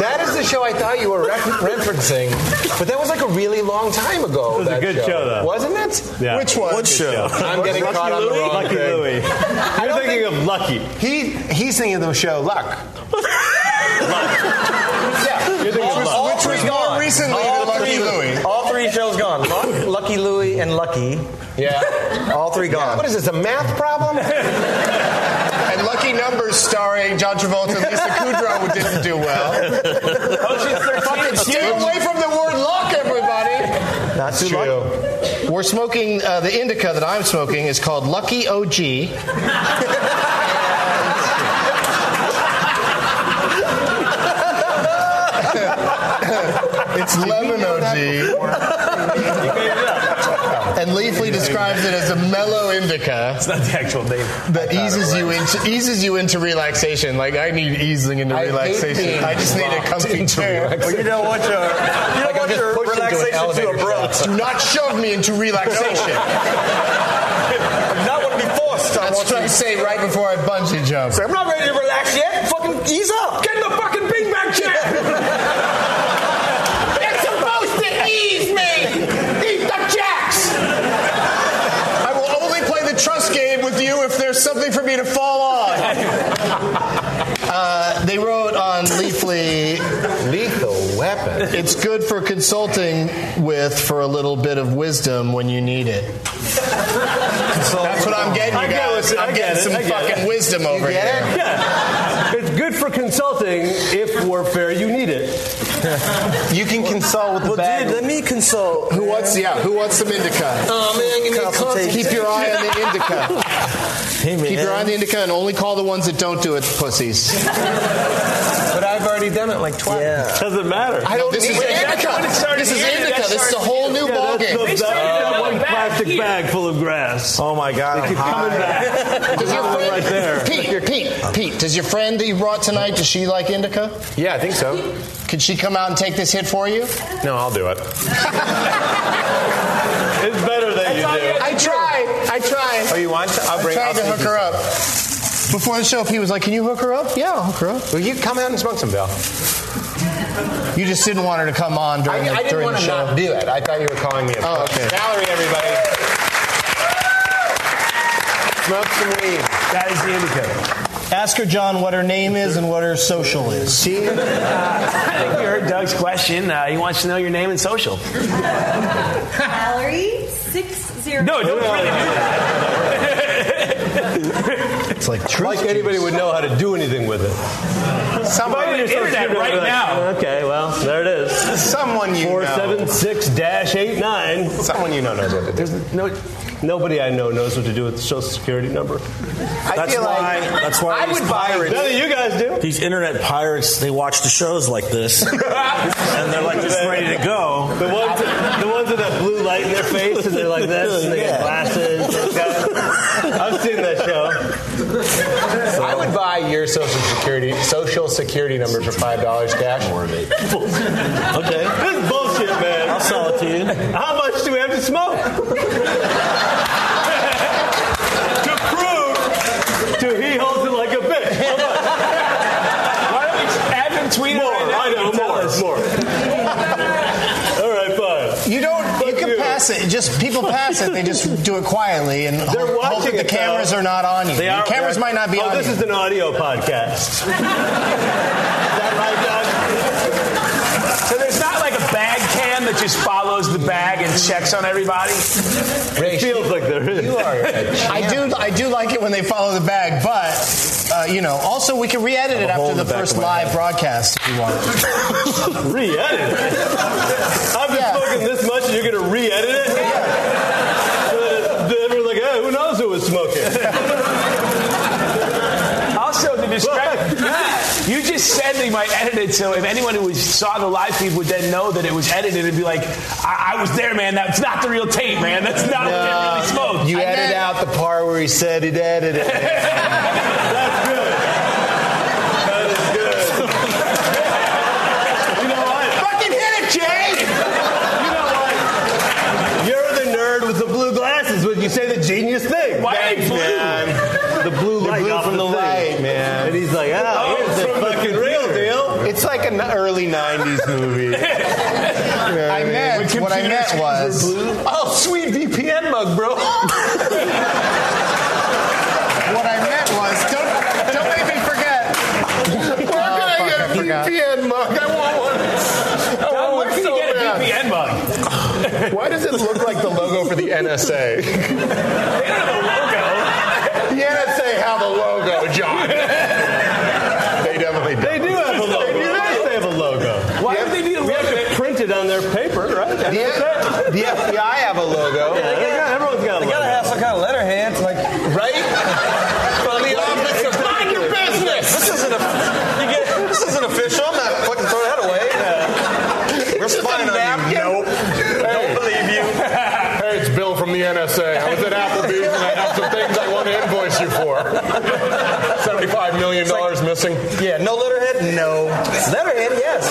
Speaker 1: That is the show I thought you were ref- referencing, but that was like a really long time ago. It
Speaker 8: was a good show, though.
Speaker 1: wasn't it?
Speaker 8: Yeah.
Speaker 6: Which one?
Speaker 2: What show?
Speaker 1: I'm getting
Speaker 8: Lucky
Speaker 1: caught on the
Speaker 8: Louie?
Speaker 1: wrong
Speaker 8: Lucky
Speaker 1: thing.
Speaker 8: Louie. You're thinking of Lucky.
Speaker 1: He he's thinking of the show Luck. yeah.
Speaker 8: You're thinking of Luck.
Speaker 6: Which was more recently than Lucky Louie.
Speaker 11: All three shows gone. Luck, Lucky Louie, and Lucky.
Speaker 1: Yeah.
Speaker 11: All three gone.
Speaker 1: What is this? A math problem?
Speaker 6: And Lucky Numbers starring John Travolta and Lisa Kudrow didn't do well. Fucking stay away from the word luck, everybody.
Speaker 11: Not too lucky.
Speaker 6: We're smoking, uh, the indica that I'm smoking is called Lucky OG. It's lemon OG. And Leafly describes it as a mellow indica
Speaker 5: It's not the actual name.
Speaker 6: that eases you into eases you into relaxation. Like I need easing into
Speaker 1: I hate being
Speaker 6: relaxation. I just need a
Speaker 1: locked
Speaker 6: comfy
Speaker 1: into
Speaker 6: chair.
Speaker 1: relaxation.
Speaker 6: you uh, don't want your
Speaker 11: You don't want your
Speaker 1: pushed into an
Speaker 11: relaxation to
Speaker 1: elevator
Speaker 11: abrupt.
Speaker 6: do not shove me into relaxation.
Speaker 11: Not want to be forced. I
Speaker 6: That's
Speaker 11: want
Speaker 6: what I
Speaker 11: to.
Speaker 6: say right before I bungee jump.
Speaker 11: I'm not ready to relax yet. Fucking ease up. Get in the fucking Big Mac chair.
Speaker 6: It's supposed to ease me. Eat the jacks. I will only play the trust game with you if there's something for me to fall on. Uh, they wrote on Leafly
Speaker 1: Lethal weapon.
Speaker 6: It's good for consulting with for a little bit of wisdom when you need it. That's what I'm getting, you
Speaker 8: I get
Speaker 6: guys.
Speaker 8: it, I
Speaker 6: I'm
Speaker 8: get
Speaker 6: getting
Speaker 8: it,
Speaker 6: some
Speaker 8: I get
Speaker 6: fucking
Speaker 8: it.
Speaker 6: wisdom over here.
Speaker 8: Yeah. It's good for consulting if warfare you need it.
Speaker 1: You can consult with the
Speaker 11: Well,
Speaker 1: bag.
Speaker 11: dude, let me consult.
Speaker 6: Who wants? Yeah, who wants some indica?
Speaker 11: Oh man, give me a consultation.
Speaker 6: Keep your eye on the indica. Keep your eye on the indica and only call the ones that don't do it, pussies.
Speaker 11: But I've already done it like twice. Yeah.
Speaker 8: Doesn't matter.
Speaker 6: I don't. This is
Speaker 5: need it. That's when it
Speaker 6: indica.
Speaker 5: started
Speaker 6: This is
Speaker 5: here. That
Speaker 6: indica. This is
Speaker 5: started
Speaker 6: a whole new
Speaker 8: Yeah, that's
Speaker 6: ballgame.
Speaker 8: the,
Speaker 5: They started
Speaker 8: that
Speaker 5: another
Speaker 8: one
Speaker 5: back
Speaker 8: plastic
Speaker 5: here.
Speaker 8: bag full of grass.
Speaker 2: Oh my God! I'm high.
Speaker 6: Does your friend
Speaker 8: right there.
Speaker 6: Pete? Pete? Pete? Does your friend that you brought tonight? Does she like indica?
Speaker 1: Yeah, I think so.
Speaker 6: Could she come out and take this hit for you?
Speaker 1: No, I'll do it.
Speaker 8: It's better than you do.
Speaker 6: I try. I try.
Speaker 1: Oh, you want? To? I'll bring.
Speaker 6: tried
Speaker 1: I'll
Speaker 6: to
Speaker 1: sneak
Speaker 6: hook her up. Before the show, he was like, "Can you hook her up?" Yeah, I'll hook her up.
Speaker 1: you- Will you come out and smoke some, Bill?
Speaker 6: You just didn't want her to come on during
Speaker 1: I,
Speaker 6: the,
Speaker 1: I didn't
Speaker 6: during
Speaker 1: want
Speaker 6: the
Speaker 1: to
Speaker 6: show.
Speaker 1: not do it. I thought you were calling me. A
Speaker 6: Oh, okay.
Speaker 1: Valerie, everybody. Smoke some weed.
Speaker 5: That is the indicator.
Speaker 6: Ask her, John, what her name is and what her social is.
Speaker 1: She,
Speaker 5: Uh, I think we heard Doug's question. Uh, he wants to know your name and social.
Speaker 12: Valerie six zero.
Speaker 5: No, don't really do that.
Speaker 6: It's like truth.
Speaker 8: Like anybody would know how to do anything with it.
Speaker 5: Somebody on the internet right now.
Speaker 8: Okay, well, there it is.
Speaker 1: someone you know.
Speaker 8: 476-89.
Speaker 1: Someone you know knows what to do.
Speaker 8: No, nobody I know knows what to do with the social security number.
Speaker 2: That's
Speaker 1: feel like-
Speaker 2: why. that's why
Speaker 1: I
Speaker 2: these
Speaker 1: would buy
Speaker 2: pirates,
Speaker 8: None of you guys do.
Speaker 2: these internet pirates, they watch the shows like this, and they're like just ready to go.
Speaker 8: The ones, the ones with that blue light in their face and they're like this and they got glasses. I've seen that show.
Speaker 1: I would buy your social security social security number for five dollars cash.
Speaker 8: Okay. This is bullshit, man. I'll sell it to you. How much do we have to smoke? to prove to he holds it like a bitch. How much?
Speaker 5: Why don't we just have him tweet it
Speaker 8: More.
Speaker 5: right now?
Speaker 8: I
Speaker 5: and
Speaker 8: know
Speaker 5: tell
Speaker 8: more.
Speaker 5: us.
Speaker 8: More. All right, fine.
Speaker 6: You don't. you can
Speaker 8: you.
Speaker 6: pass it. Just people pass it. They just do it quietly and
Speaker 8: They're
Speaker 6: hope, hope
Speaker 8: watching
Speaker 6: that the
Speaker 8: it,
Speaker 6: cameras
Speaker 8: though.
Speaker 6: are not on you.
Speaker 8: They are-
Speaker 6: the cameras might not be
Speaker 8: oh,
Speaker 6: on
Speaker 8: this
Speaker 6: you.
Speaker 8: is an audio podcast. is that right, Doug?
Speaker 5: So there's not like a bag cam that just follows the bag and checks on everybody.
Speaker 1: It feels
Speaker 8: like there is.
Speaker 1: You are.
Speaker 6: I do, I do like it when they follow the bag, but uh, you know. Also, we can re-edit it after the, first live broadcast if you want.
Speaker 8: Re-edit. I've been
Speaker 6: Yeah.
Speaker 8: smoking this much, and you're gonna re-edit it? Uh, the- everyone's like, hey, who knows who was smoking?
Speaker 5: Also, the distract. You just said they might edit it, so if anyone who was, saw the live feed would then know that it was edited and be like, I, I was there, man. That's not the real tape, man. That's not what they really smoked.
Speaker 1: You edit out the part where he said he'd edit it.
Speaker 8: You know what?
Speaker 5: Fucking hit it, Jay!
Speaker 8: You know what? You're the nerd with the blue glasses when you say the genius thing.
Speaker 5: Why are they blue?
Speaker 8: man. The blue light
Speaker 1: blue
Speaker 8: off
Speaker 1: from the
Speaker 8: thing.
Speaker 1: light, man.
Speaker 8: And he's like, oh,
Speaker 1: Oh,
Speaker 8: here's the
Speaker 1: from the
Speaker 8: fucking real deal.
Speaker 1: It's like an early '90s movie. You know what
Speaker 6: I
Speaker 1: mean?
Speaker 6: meant what I meant was
Speaker 8: Oh, sweet VPN mug, bro.
Speaker 6: what I meant was don't don't make me forget. Where can I get a VPN mug? I want one. I
Speaker 5: Where can you get a VPN mug?
Speaker 6: Why does it look like the logo for the NSA?
Speaker 5: They don't have a logo.
Speaker 6: The NSA have a logo, John.
Speaker 7: They definitely
Speaker 8: They do have a logo. They do they have a logo.
Speaker 5: Why would they need a
Speaker 8: We have
Speaker 5: logo?
Speaker 8: to print it on their paper, right? And
Speaker 1: The,
Speaker 8: that's it.
Speaker 1: the FBI have a logo,
Speaker 8: Yeah, they got- everyone's got
Speaker 11: gotta
Speaker 8: a logo.
Speaker 11: have some kind of letterhead. It's like,
Speaker 1: right? From the office of
Speaker 8: Mind your business.
Speaker 11: this isn't, a, you get, this isn't official. I'm not fucking throwing that away.
Speaker 7: We're spying on you. Nope. Don't believe you. Hey, it's Bill from the NSA. I was at Applebee's and I have some things I want to invoice you for. Seventy-five million dollars missing.
Speaker 11: Yeah, no letterhead? No. Letterhead, yes.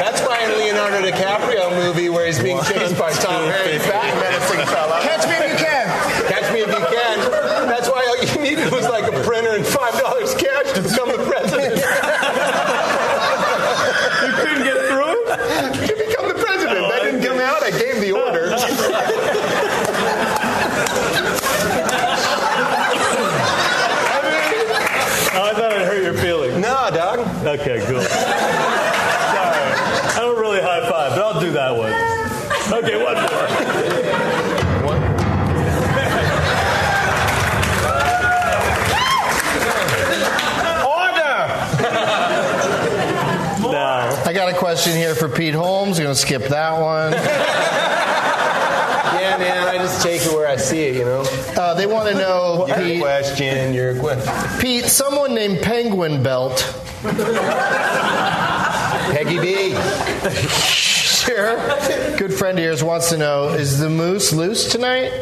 Speaker 1: That's by a Leonardo DiCaprio movie where he's being chased by Tom Hanks. That menacing fella.
Speaker 6: Catch me if you can.
Speaker 1: Catch me if you can. That's why all you needed was like a printer and five dollars cash to become the president.
Speaker 8: You couldn't get through it?
Speaker 1: You become the president. That didn't come out. I gave the order.
Speaker 8: Oh, I thought it hurt your feelings.
Speaker 1: No, dog.
Speaker 8: Okay, cool. Sorry. I don't really high five, but I'll do that one. Okay, one more. No.
Speaker 6: I got a question here for Pete Holmes. We're gonna skip that one.
Speaker 1: Yeah, man. I just take it where I see it. You know.
Speaker 6: Uh, they want to know, Pete,
Speaker 1: question. Your question.
Speaker 6: Pete, someone named Penguin Belt.
Speaker 1: Peggy B.
Speaker 6: Sure. Good friend of yours wants to know: Is the moose loose tonight?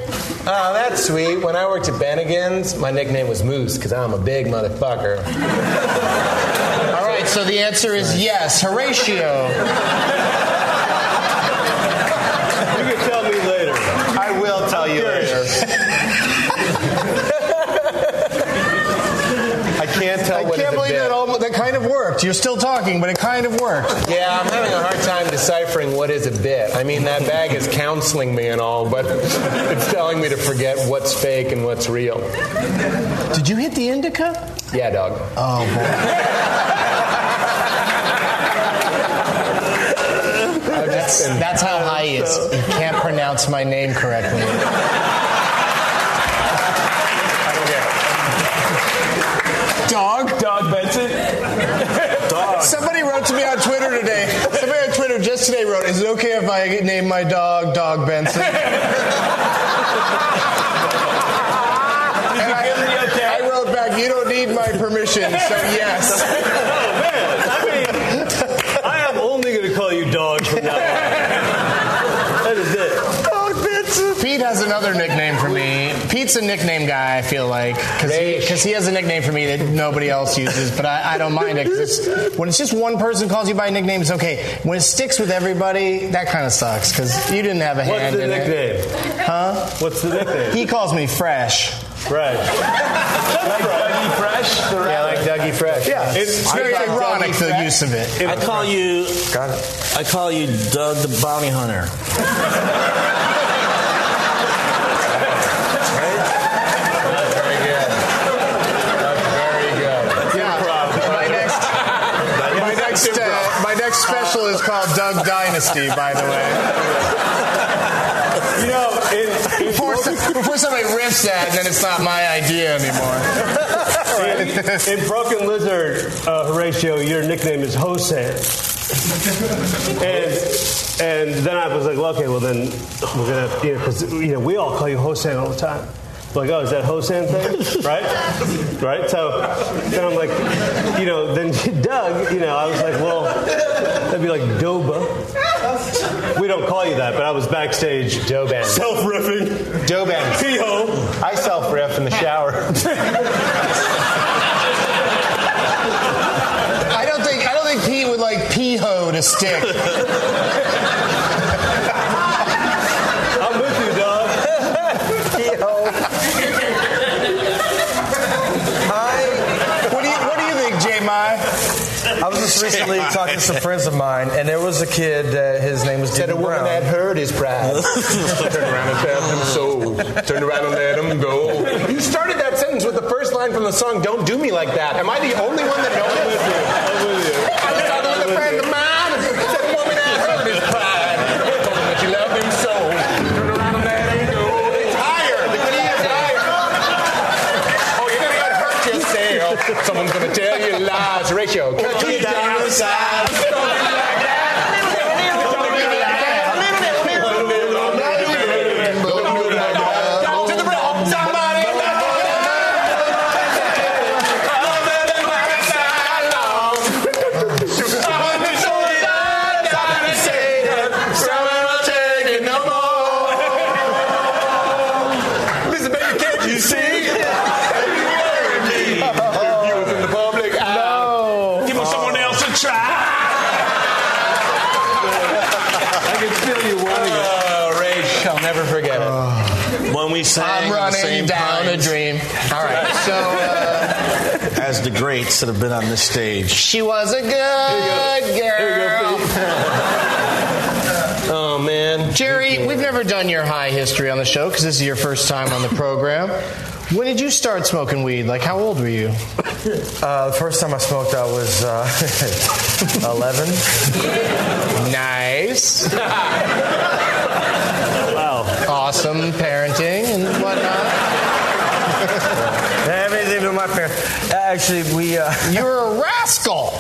Speaker 1: Oh, that's sweet. When I worked at Bennigan's, my nickname was Moose because I'm a big motherfucker.
Speaker 6: All right. So the answer is yes. Horatio.
Speaker 8: You can tell me later.
Speaker 1: I will tell you later. I can't tell.
Speaker 6: I
Speaker 1: what is
Speaker 6: can't
Speaker 1: a
Speaker 6: believe
Speaker 1: bit.
Speaker 6: that. All, that kind of worked. You're still talking, but it kind of worked.
Speaker 1: Yeah, I'm having a hard time deciphering what is a bit. I mean, that bag is counseling me and all, but it's telling me to forget what's fake and what's real.
Speaker 6: Did you hit the indica?
Speaker 1: Yeah, dog.
Speaker 6: Oh boy. That's, that's how high he is. He can't pronounce my name correctly. Dog?
Speaker 5: Dog Benson.
Speaker 6: Somebody wrote to me on Twitter today. Somebody on Twitter just today wrote, "Is it okay if I name my dog Dog Benson?"
Speaker 5: Did you give me okay?
Speaker 6: I wrote back, "You don't need my permission, so yes."
Speaker 8: Oh, man. I mean, I am only going to call you dog from now on. That is it.
Speaker 6: Pete has another nickname for me. Pete's a nickname guy. I feel like because he, 'cause he has a nickname for me that nobody else uses, but I, I don't mind it. 'cause it's, when it's just one person calls you by a nickname, it's okay. When it sticks with everybody, that kind of sucks because you didn't have a
Speaker 8: What's
Speaker 6: hand
Speaker 8: the
Speaker 6: in it.
Speaker 8: nickname?
Speaker 6: Huh?
Speaker 8: What's the nickname?
Speaker 6: He calls me Fresh.
Speaker 8: Right. That's right.
Speaker 5: Fresh. The
Speaker 1: Yeah, like Dougie Fresh. Yeah,
Speaker 6: It's very ironic the use of it.
Speaker 4: I call you. I call you Doug the Bounty Hunter.
Speaker 1: very good. That's very good.
Speaker 6: Yeah. My next, my next, uh, my next special Dynasty, by the way.
Speaker 7: You know,
Speaker 6: before, some- before somebody rips that, then it's not my idea anymore.
Speaker 8: In Broken Lizard, uh, Horatio, your nickname is Hosan. And and then I was like, well, okay, well then we're gonna, have, you know, 'cause, you know, we all call you Hosan all the time. Like, oh, is that Hosan thing? right? Right? So then I'm like, you know, then Doug, you know, I was like, well, that'd be like Doba. We don't call you that, but I was backstage
Speaker 1: Doban.
Speaker 8: self riffing.
Speaker 1: Doban.
Speaker 8: P.O.
Speaker 1: I self ref in the shower.
Speaker 6: I don't think I don't think Pete would like pee ho to stick.
Speaker 8: I'm with you, Doug.
Speaker 6: What do you What do you think, J. Mai?
Speaker 4: I was just recently talking to some friends of mine, and there was a kid that his name was
Speaker 1: Said a
Speaker 4: Jimmy
Speaker 1: woman
Speaker 4: Brown.
Speaker 1: that heard his pride.
Speaker 7: Turn around and let him so. Turn around and let him go.
Speaker 1: You started that sentence with the first line from the song "Don't Do Me Like That." Am I the only one that knows? I'm with you. I'm with you. I was talking with a friend of mine. Said a woman that hurt his pride. Told him that you love him so. Turn around and let him go. It's higher. The key is higher. Oh, you're gonna get hurt yourself. Someone's gonna tell you lies. Ratio. Cut you down the side. Don't do me like that. Don't do me like that. Don't do me like that. To the real. Somebody
Speaker 5: Give someone else a try.
Speaker 1: Uh, I'll never forget it.
Speaker 2: When we sang
Speaker 6: I'm
Speaker 2: on the
Speaker 6: running
Speaker 2: same
Speaker 6: down
Speaker 2: pines
Speaker 6: a dream. All right, so uh,
Speaker 2: as the greats that have been on this stage.
Speaker 6: she was a good girl.
Speaker 1: Oh man.
Speaker 6: Jerry, we've never done your high history on the show because this is your first time on the program. When did you start smoking weed? Like, how old were you?
Speaker 4: Uh, the first time I smoked, I was uh, 11.
Speaker 6: Nice. Awesome parenting and whatnot.
Speaker 4: That has anything to do with my parents. Uh, Actually, we. Uh,
Speaker 6: You're a rascal.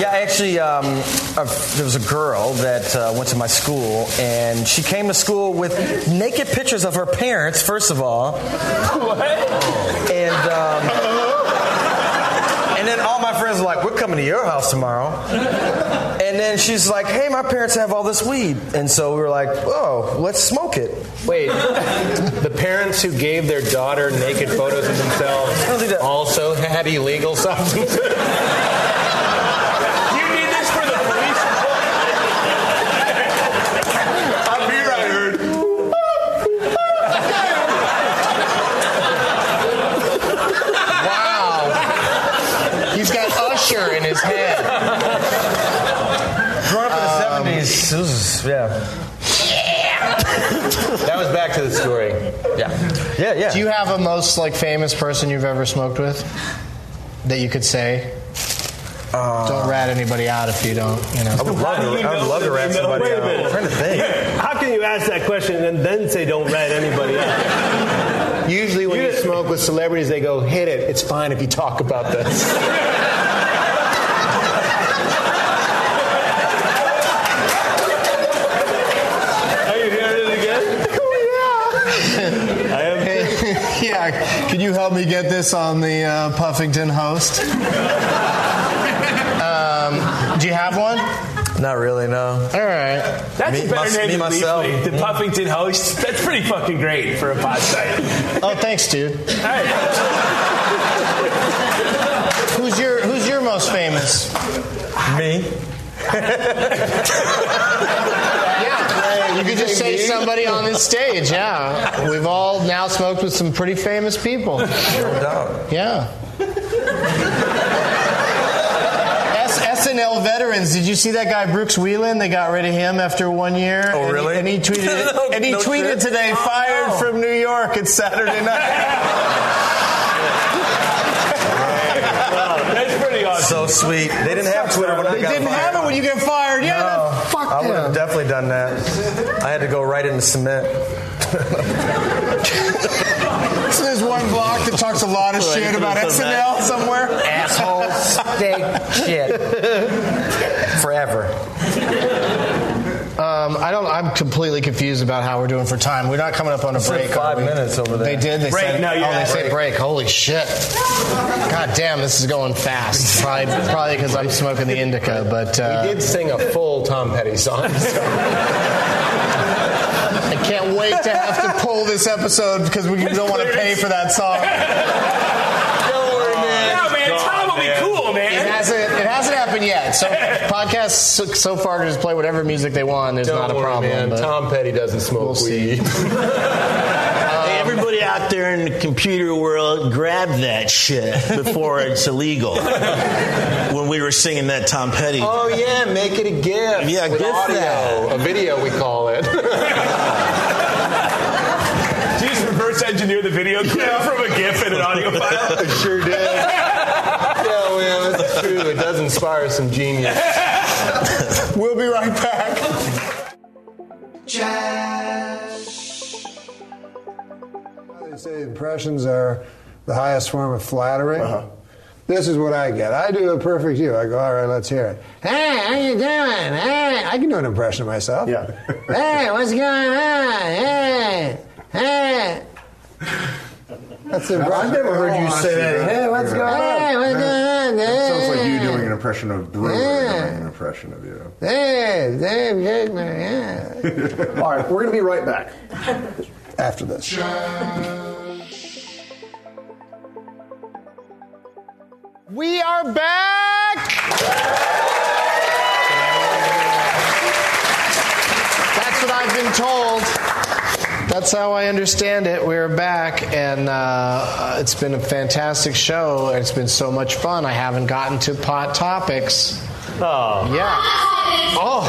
Speaker 4: Yeah, actually, um, uh, there was a girl that uh, went to my school, and she came to school with naked pictures of her parents, first of all. What? And, um, and then all my friends were like, We're coming to your house tomorrow. And then she's like, Hey, my parents have all this weed. And so we were like, Oh, let's smoke it.
Speaker 1: Wait, the parents who gave their daughter naked photos of
Speaker 4: don't think
Speaker 1: themselves
Speaker 4: that-
Speaker 1: also had illegal substances.
Speaker 5: You need this for the police.
Speaker 7: I'm here, I heard.
Speaker 6: Wow. He's got Usher in his head.
Speaker 4: Growing up in the 70s, it was, Um, yeah.
Speaker 1: That was back to the story.
Speaker 4: Yeah. Yeah, yeah.
Speaker 6: Do you have a most like famous person you've ever smoked with that you could say?
Speaker 1: Uh,
Speaker 6: don't rat anybody out if you don't. You know.
Speaker 4: I would love to, I would love to rat somebody
Speaker 8: Wait a
Speaker 4: out.
Speaker 8: minute.
Speaker 4: I'm trying to think.
Speaker 8: How can you ask that question and then say don't rat anybody out?
Speaker 1: Usually, when you, smoke with celebrities, they go, "Hit it. It's fine if you talk about this."
Speaker 8: Are you hearing it again?
Speaker 10: Oh,
Speaker 8: I am.
Speaker 6: yeah. Can you help me get this on the uh, Puffington host? um, do you have one?
Speaker 4: Not really, no.
Speaker 6: All right.
Speaker 5: That's
Speaker 4: Me-
Speaker 5: a better
Speaker 4: mys-
Speaker 5: name
Speaker 4: me
Speaker 5: than
Speaker 4: myself.
Speaker 5: Leafly. The Puffington host. That's pretty fucking great for a pod site.
Speaker 6: Oh, thanks, dude.
Speaker 5: Hey,
Speaker 6: Who's your Who's your most famous?
Speaker 4: Me?
Speaker 6: Yeah, you could just say somebody on this stage. Yeah, we've all now smoked with some pretty famous people.
Speaker 4: No doubt.
Speaker 6: Yeah. S- SNL veterans, did you see that guy Brooks Wheelan? They got rid of him after one year.
Speaker 4: Oh,
Speaker 6: and he-
Speaker 4: really?
Speaker 6: And he, tweeted,
Speaker 4: No-
Speaker 6: and he
Speaker 4: no
Speaker 6: tweeted
Speaker 4: shit.
Speaker 6: today,
Speaker 4: Oh,
Speaker 6: fired
Speaker 4: no.
Speaker 6: from New York. It's Saturday night.
Speaker 5: that's pretty awesome.
Speaker 4: So sweet. They didn't have Twitter when I
Speaker 6: they
Speaker 4: got
Speaker 6: didn't
Speaker 4: fired.
Speaker 6: have it when you get fired. Yeah,
Speaker 4: No.
Speaker 6: that, fuck
Speaker 4: Oh, I I would have definitely done that. I had to go right into cement.
Speaker 12: So there's one block that talks a lot of shit about SNL somewhere.
Speaker 4: Asshole steak shit. Forever.
Speaker 6: Um, I don't. I'm completely confused about how we're doing for time. We're not coming up on a
Speaker 4: said
Speaker 6: break. are
Speaker 4: five
Speaker 6: we?
Speaker 4: minutes over there.
Speaker 6: They did. They
Speaker 5: Break,
Speaker 6: Said,
Speaker 5: no, you're
Speaker 6: oh, they
Speaker 5: not.
Speaker 6: say
Speaker 5: Break.
Speaker 6: break. Holy shit! God damn, this is going fast. Probably, probably because I'm smoking the indica. But
Speaker 1: He
Speaker 6: uh,
Speaker 1: did sing a full Tom Petty song.
Speaker 6: I can't wait to have to pull this episode because we don't want to pay for that song.
Speaker 5: No, man, Tom will be cool,
Speaker 6: It
Speaker 5: man.
Speaker 6: hasn't. It hasn't happened yet. So podcasts so, so far just play whatever music they want. There's
Speaker 1: Don't
Speaker 6: not a
Speaker 1: worry,
Speaker 6: problem.
Speaker 1: man.
Speaker 6: but-
Speaker 1: Tom Petty doesn't smoke
Speaker 6: We'll see.
Speaker 1: weed.
Speaker 13: Hey, everybody out there in the computer world, grab that shit before it's illegal. when we were singing that Tom Petty.
Speaker 1: oh yeah, make it a gift.
Speaker 13: Yeah,
Speaker 1: with
Speaker 13: gift
Speaker 1: audio,
Speaker 13: that.
Speaker 1: a video we call it.
Speaker 5: Did you just reverse engineer the video clip from a GIF and an audio file?
Speaker 1: I sure did. yeah, well, that's true. It does inspire some genius.
Speaker 12: We'll be right back.
Speaker 10: They say impressions are the highest form of flattery.
Speaker 8: Uh-huh.
Speaker 10: This is what I get. I do a perfect you. I go, all right, let's hear it. Hey, how you doing? Hey, I can do an impression of myself.
Speaker 12: Yeah.
Speaker 10: hey, what's going on? Hey, hey. That's the impression.
Speaker 12: I've never heard you say that.
Speaker 10: Hey, what's going on? Hey, what's going on?
Speaker 12: It sounds like you
Speaker 10: Hey.
Speaker 12: doing an impression of Brewer
Speaker 10: Yeah.
Speaker 12: doing an impression of you.
Speaker 10: Hey, Dave Jigman, yeah.
Speaker 12: All right, we're going to be right back.
Speaker 10: After this.
Speaker 6: We are back! That's what I've been told. That's how I understand it. We're back, and uh, it's been a fantastic show. It's been so much fun. I haven't gotten to pot topics. Oh. Yeah. Oh.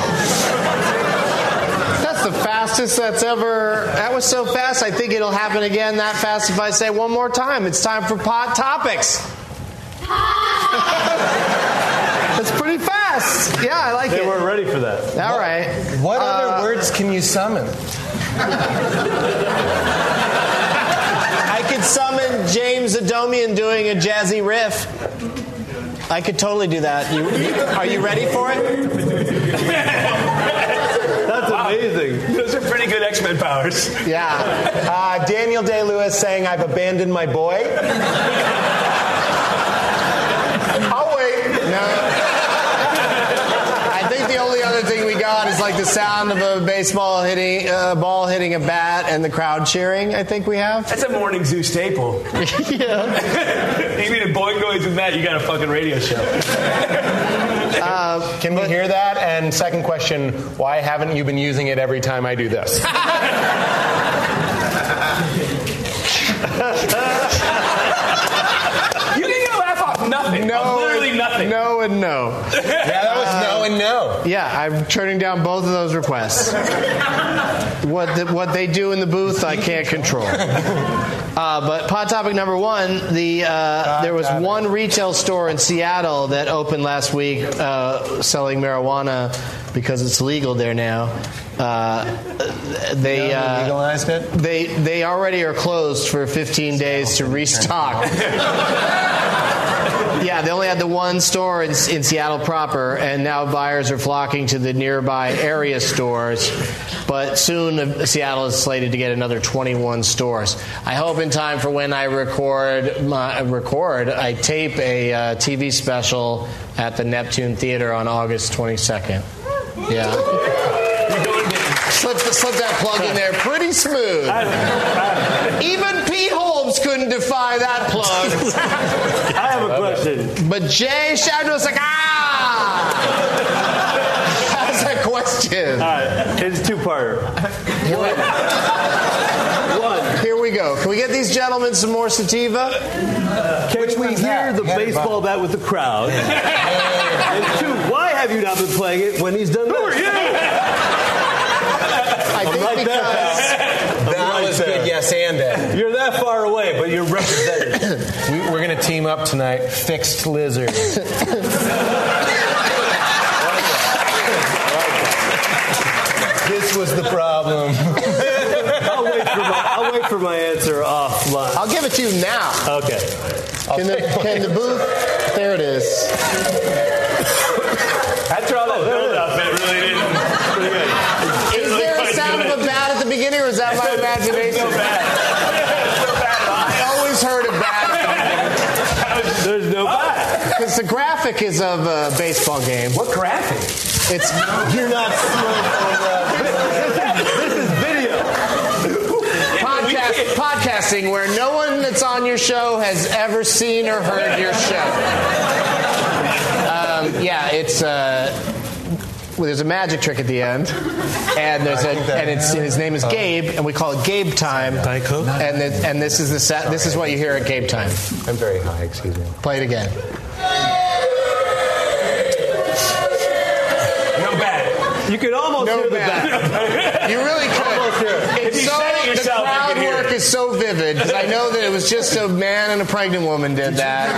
Speaker 6: That's the fastest that's ever. That was so fast, I think it'll happen again that fast if I say one more time. It's time for pot topics. That's pretty fast. Yeah, I like
Speaker 8: They
Speaker 6: it.
Speaker 8: weren't ready for that.
Speaker 6: All right. Uh,
Speaker 4: What other words can you summon?
Speaker 6: I could summon James Adomian doing a jazzy riff. I could totally do that. You, you- are you ready for it?
Speaker 8: That's amazing.
Speaker 5: Those are pretty good X Men powers.
Speaker 6: Yeah.
Speaker 1: Uh, Daniel Day Lewis saying, I've abandoned my boy.
Speaker 6: I'll wait. No. I think the only other thing we got is like the sound of a baseball hitting, uh, ball hitting a bat, and the crowd cheering. I think we have.
Speaker 5: That's a morning zoo staple. yeah. you need a boy noise with that, you got a fucking radio show.
Speaker 6: Uh,
Speaker 1: Can we hear that? And second question, why haven't you been using it every time I do this?
Speaker 5: You didn't get a laugh off nothing. Off literally nothing.
Speaker 6: No and no.
Speaker 1: yeah, that was no and no.
Speaker 6: Yeah, I'm turning down both of those requests. what the, what they do in the booth, I can't control. Uh, but pod topic number one: the uh, there was one retail store in Seattle that opened last week uh, selling marijuana because it's legal there now. Uh, they uh,
Speaker 1: Legalized it?
Speaker 6: they they already are closed for 15 days to restock. Yeah, they only had the one store in, in Seattle proper, and now buyers are flocking to the nearby area stores. But soon, uh, Seattle is slated to get another 21 stores. I hope in time for when I record, my, uh, record, I tape a uh, TV special at the Neptune Theater on August 22nd. Yeah,
Speaker 5: You're going to
Speaker 6: slip, slip that plug in there pretty smooth. Even P. Holmes couldn't defy that plug.
Speaker 8: I have a question.
Speaker 6: But Jay Shadow's like, ah! That's a question.
Speaker 8: All right, it's two parter.
Speaker 6: Here we go. Can we get these gentlemen some more sativa?
Speaker 8: Can we hear the baseball bat with the crowd? and two, why have you not been playing it when he's done? Who are you?
Speaker 6: I think
Speaker 8: right there,
Speaker 1: That was good, yes, and that.
Speaker 8: You're that far away, but you're represented.
Speaker 1: We, we're going to team up tonight. Fixed lizard.
Speaker 4: This was the problem.
Speaker 8: I'll wait for my, I'll wait for my answer offline.
Speaker 6: I'll give it to you now.
Speaker 8: Okay.
Speaker 6: Can the, can the booth? There it is.
Speaker 5: After all that build up, it really didn't. Pretty good.
Speaker 6: Is there a sound of a bat at the beginning, or is that my imagination? I always heard a bat.
Speaker 8: There's
Speaker 5: Oh,
Speaker 8: no.
Speaker 6: Because the graphic is of a baseball game.
Speaker 5: What graphic?
Speaker 6: It's
Speaker 2: You're not uh,
Speaker 6: podcast, podcasting where no one that's on your show has ever seen or heard your show. Um, yeah, it's. Uh, well, there's a magic trick at the end, and there's a, and, it's, and his name is Gabe, and we call it Gabe time. And it, and this is the set, this is what you hear at Gabe time.
Speaker 4: I'm very high, excuse me.
Speaker 6: Play it again.
Speaker 5: No bad.
Speaker 8: You could almost
Speaker 6: No
Speaker 8: hear the
Speaker 6: bad.
Speaker 8: bat.
Speaker 6: You really
Speaker 8: Almost
Speaker 6: could.
Speaker 8: here.
Speaker 6: It's
Speaker 5: If you
Speaker 6: so,
Speaker 5: said it yourself,
Speaker 6: the
Speaker 5: you
Speaker 6: crowd
Speaker 5: could hear
Speaker 6: work
Speaker 5: it.
Speaker 6: is so vivid because I know that it was just a man and a pregnant woman did that.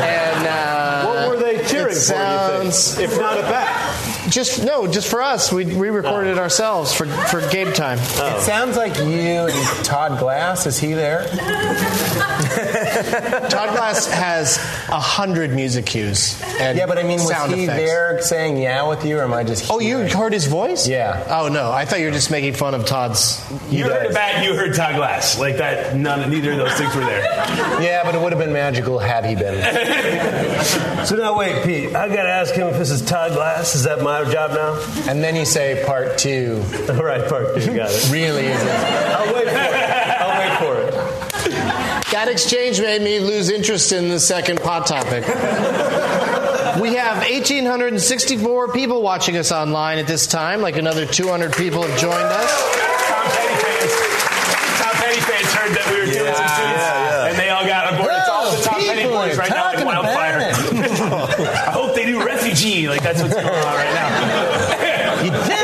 Speaker 6: And uh,
Speaker 8: What were they cheering
Speaker 6: it sounds,
Speaker 8: for? You think, if not a bat.
Speaker 6: Just no, just for us. We we recorded
Speaker 5: Oh.
Speaker 6: it ourselves for for Gabe time.
Speaker 5: Uh.
Speaker 4: It sounds like you and Todd Glass. Is he there?
Speaker 6: Todd Glass has a hundred music cues. And
Speaker 4: Yeah, but I mean, was
Speaker 6: sound
Speaker 4: he
Speaker 6: effects.
Speaker 4: there saying yeah with you, or am I just?
Speaker 6: Oh, you
Speaker 4: hearing?
Speaker 6: heard his voice?
Speaker 4: Yeah.
Speaker 6: Oh no, I thought you were just making fun of Todd's.
Speaker 5: You heard a bat, you heard Todd Glass. Like that, none, neither of those things were there.
Speaker 4: Yeah, but it would have been magical had he been.
Speaker 8: So now wait, Pete. I gotta ask him if this is Todd Glass. Is that my job now?
Speaker 4: And then you say part two.
Speaker 8: All right, Park. You got it.
Speaker 4: Really is it?
Speaker 8: I'll wait for it. I'll wait for it.
Speaker 6: That exchange made me lose interest in the second pot topic. We have 1,864 people watching us online at this time. Like another 200 people have joined us.
Speaker 5: Tom Petty fans. Tom Petty fans heard that we were doing some tunes, and they all got on board. It's all the Tom Petty
Speaker 4: people
Speaker 5: boys
Speaker 4: are
Speaker 5: right now in
Speaker 4: talking about
Speaker 5: Wildfire. I hope they do Refugee. Like that's what's going on right now.
Speaker 4: You do.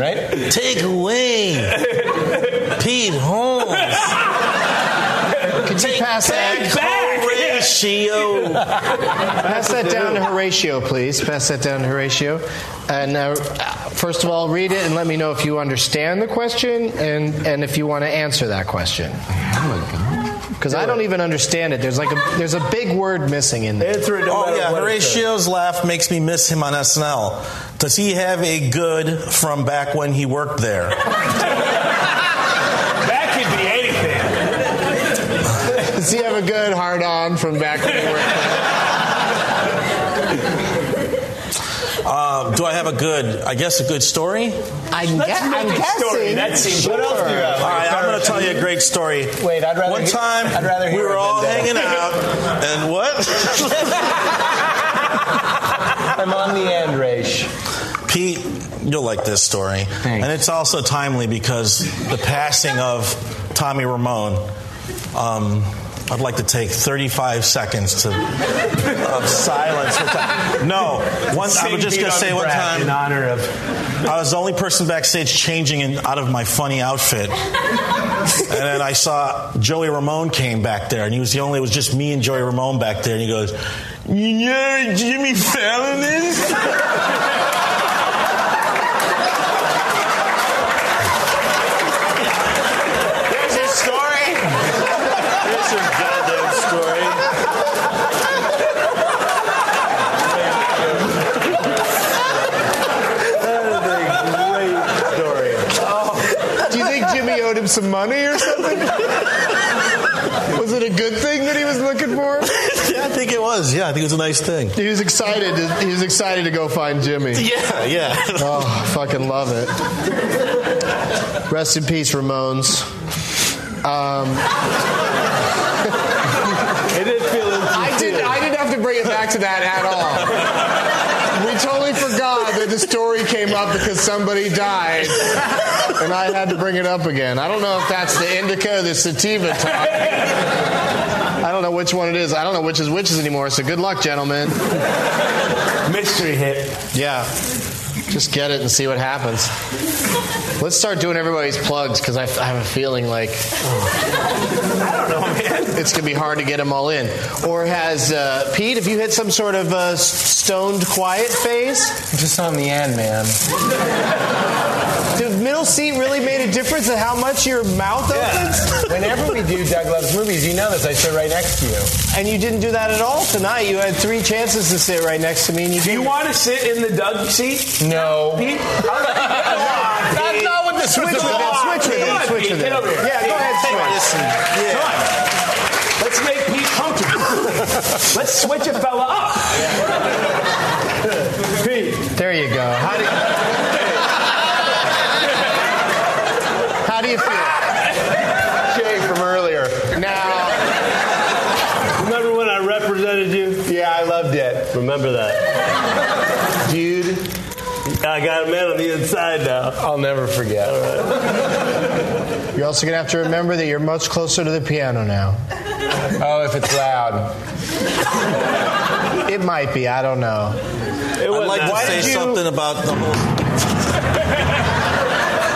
Speaker 4: Right?
Speaker 2: Take away Pete Holmes.
Speaker 6: Could you pass that,
Speaker 5: Back.
Speaker 2: E Horatio.
Speaker 6: pass that down to Horatio, please? Pass that down to Horatio. And uh, first of all, read it and let me know if you understand the question and, and if you want to answer that question. Because I don't even understand it. There's like a, there's a big word missing in there.
Speaker 8: Answer it no
Speaker 2: Oh
Speaker 8: matter
Speaker 2: yeah,
Speaker 8: what it
Speaker 2: Horatio's laugh makes me miss him on SNL. Does he have a good from back when he worked there?
Speaker 5: That could be anything.
Speaker 6: Does he have a good hard on from back when we were?
Speaker 2: Uh, do I have a good? I guess a good story.
Speaker 6: I'm, gue- I'm guessing.
Speaker 5: Story. That seems. What else do you
Speaker 2: All right, I'm going to tell you a great story.
Speaker 4: Wait, I'd rather.
Speaker 2: One
Speaker 4: hear-
Speaker 2: time,
Speaker 4: I'd rather hear
Speaker 2: we were
Speaker 4: it
Speaker 2: all
Speaker 4: than that.
Speaker 2: hanging out, and what?
Speaker 4: I'm on the end, Raish.
Speaker 2: Pete, you'll like this story, and it's also timely because the passing of Tommy Ramone. Um, I'd like to take 35 seconds to of silence. for Tom- No, one, I was just
Speaker 5: Beat
Speaker 2: going to
Speaker 5: on
Speaker 2: say one
Speaker 5: Brad
Speaker 2: time.
Speaker 5: in honor of
Speaker 2: I was the only person backstage changing in, out of my funny outfit. and then I saw Joey Ramone came back there, and he was the only, it was just me and Joey Ramone back there, and he goes, You know who Jimmy Fallon is? There's your story. There's your goddamn story.
Speaker 6: Do you think Jimmy owed him some money or something? was it a good thing that he was looking for?
Speaker 2: Yeah, I think it was. Yeah, I think it was a nice thing.
Speaker 6: He was excited. To, he was excited to go find Jimmy.
Speaker 2: Yeah, yeah.
Speaker 6: Oh, I fucking love it. Rest in peace, Ramones. Um,
Speaker 8: It did feel
Speaker 6: I didn't. I didn't have to bring it back to that at all. We totally forgot that the story came up because somebody died, and I had to bring it up again. I don't know if that's the indica or the sativa talk. I don't know which one it is. I don't know which is which is anymore. So good luck, gentlemen.
Speaker 5: mystery hit.
Speaker 6: Yeah. Just get it and see what happens. Let's start doing everybody's plugs because I, f- I have a feeling like I don't know, man. It's gonna be hard to get them all in. Or has uh, Pete? Have you hit some sort of uh, s- stoned quiet phase? Just on the end, man. The middle seat really made a difference in how much your mouth opens.
Speaker 1: Whenever we do Doug Loves Movies, you know this. I sit right next to you.
Speaker 6: And you didn't do that at all tonight. You had three chances to sit right next to me, and you. Do
Speaker 5: you want to sit in the Doug seat?
Speaker 1: No.
Speaker 5: Pete? That's
Speaker 1: not what the
Speaker 6: switch with it. Switch with
Speaker 5: Come
Speaker 6: it.
Speaker 5: on,
Speaker 6: Switch
Speaker 5: Pete,
Speaker 6: with
Speaker 5: get
Speaker 6: it.
Speaker 5: over here.
Speaker 6: Yeah, go ahead.
Speaker 5: Take
Speaker 6: Switch.
Speaker 5: this Come on. Let's make Pete comfortable. Let's switch a fella up.
Speaker 6: Pete. There you go. How do you, How do you feel?
Speaker 1: Jay from earlier. Now.
Speaker 8: Remember when I represented you?
Speaker 1: Yeah, I loved it.
Speaker 8: Remember that.
Speaker 1: Dude.
Speaker 8: I got a man on the inside now.
Speaker 1: I'll never forget.
Speaker 6: You're also gonna have to remember that you're much closer to the piano now.
Speaker 1: Oh, if it's loud.
Speaker 6: It might be. I don't know.
Speaker 8: It was
Speaker 13: I'd like
Speaker 8: nice.
Speaker 13: to say something about the whole.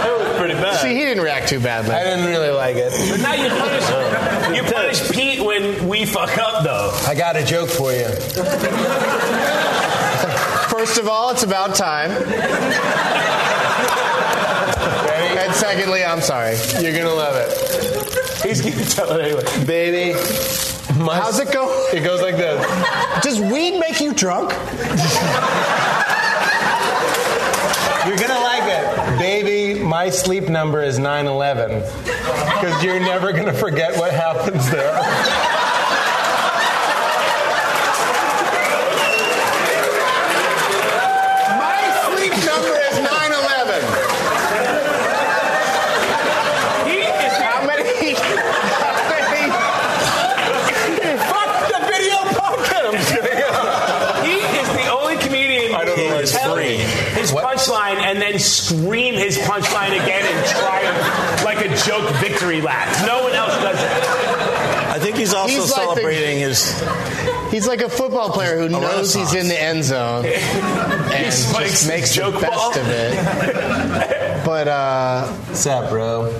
Speaker 8: It was pretty bad.
Speaker 6: See, he didn't react too
Speaker 1: I
Speaker 6: badly.
Speaker 1: didn't really like it.
Speaker 5: But now you punish you punish Pete when we fuck up though.
Speaker 1: I got a joke for you.
Speaker 6: First of all, it's about time. And secondly, I'm sorry.
Speaker 1: You're gonna love it.
Speaker 5: He's gonna tell it anyway.
Speaker 1: Baby. My
Speaker 6: How's it go?
Speaker 1: It goes like this.
Speaker 6: Does weed make you drunk?
Speaker 1: You're gonna like it. Baby, my sleep number is 911. Because you're never gonna forget what happens there. my sleep number is 911.
Speaker 5: He is
Speaker 6: How many? How many?
Speaker 1: Fuck the video podcast! I'm just kidding.
Speaker 5: He is the only comedian
Speaker 1: I don't
Speaker 5: who
Speaker 1: know
Speaker 5: can
Speaker 1: why it's
Speaker 5: tell
Speaker 1: free.
Speaker 5: his
Speaker 1: What?
Speaker 5: punchline and then scream his punchline again and triumph like a joke victory lap. No one else does that.
Speaker 13: I think he's also
Speaker 6: He's like the-
Speaker 13: celebrating his.
Speaker 6: He's like a football player who knows he's
Speaker 13: renaissance.
Speaker 6: in the end zone and
Speaker 5: spikes
Speaker 6: just makes the
Speaker 5: joke
Speaker 6: best
Speaker 5: ball.
Speaker 6: of it. But uh,
Speaker 1: What's up, bro?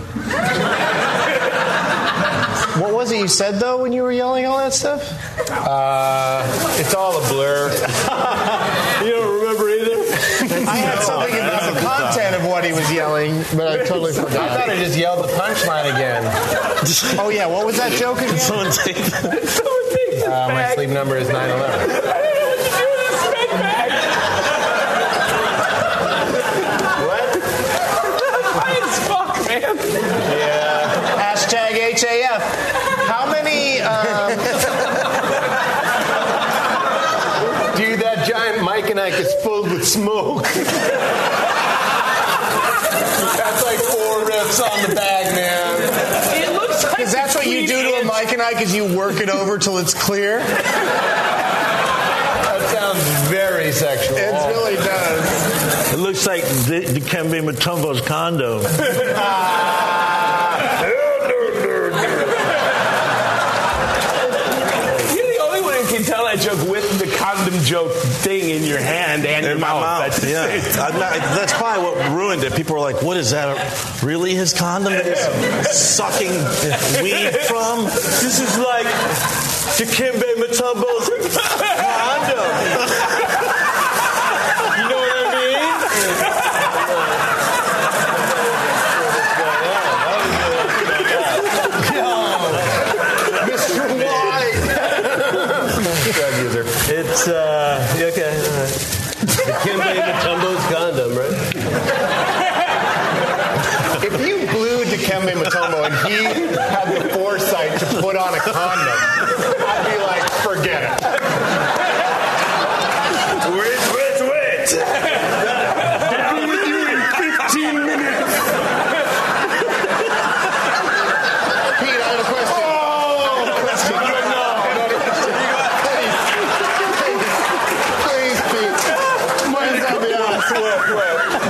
Speaker 6: what was it you said though when you were yelling all that stuff?
Speaker 1: Uh, it's all a blur.
Speaker 8: You don't remember either?
Speaker 6: I had something about the content of what he was yelling, but I totally
Speaker 1: I
Speaker 6: forgot.
Speaker 1: thought I just yelled the punchline again.
Speaker 6: Oh yeah, what was that joke again?
Speaker 13: Someone take
Speaker 5: Someone takes his
Speaker 1: Uh, my
Speaker 5: bag.
Speaker 1: sleep number is 911.
Speaker 5: I don't know what to do with this big bag.
Speaker 1: What?
Speaker 5: High as fuck, man.
Speaker 6: Hashtag HAF. How many? Um,
Speaker 1: Dude, that giant mic and I is filled with smoke. That's like four riffs on the bag, man.
Speaker 5: It looks like
Speaker 6: is that what you do to a Mike and Ike? Is you work it over till it's clear?
Speaker 1: That sounds very sexual.
Speaker 6: It really does.
Speaker 2: It looks like the, the Kembe Mutombo's condo.
Speaker 5: You're the only one who can tell that joke with the condom joke thing in your hand and your
Speaker 13: in my
Speaker 5: mouth.
Speaker 13: mouth.
Speaker 5: That's the
Speaker 13: Yeah,
Speaker 5: thing.
Speaker 13: I'm not- that's probably what ruined it. People were like, "What is that? Really, his condom that he's sucking weed from? This is like Dikembe Mutombo's condom."
Speaker 1: You know what I mean? Mr. White. Drug user.
Speaker 8: It's, uh, yeah, okay. all right. The Kimbe Matumbo's condom, right?
Speaker 1: If you blew Dikembe Mutombo and he had the foresight to put on a condom, I'd be like, forget it.
Speaker 2: Wait, wait, wait!
Speaker 1: I'll be with you in 15 minutes.
Speaker 6: Pete, I have a question. Oh, question. No, Please, please, please, Pete. Please help me out.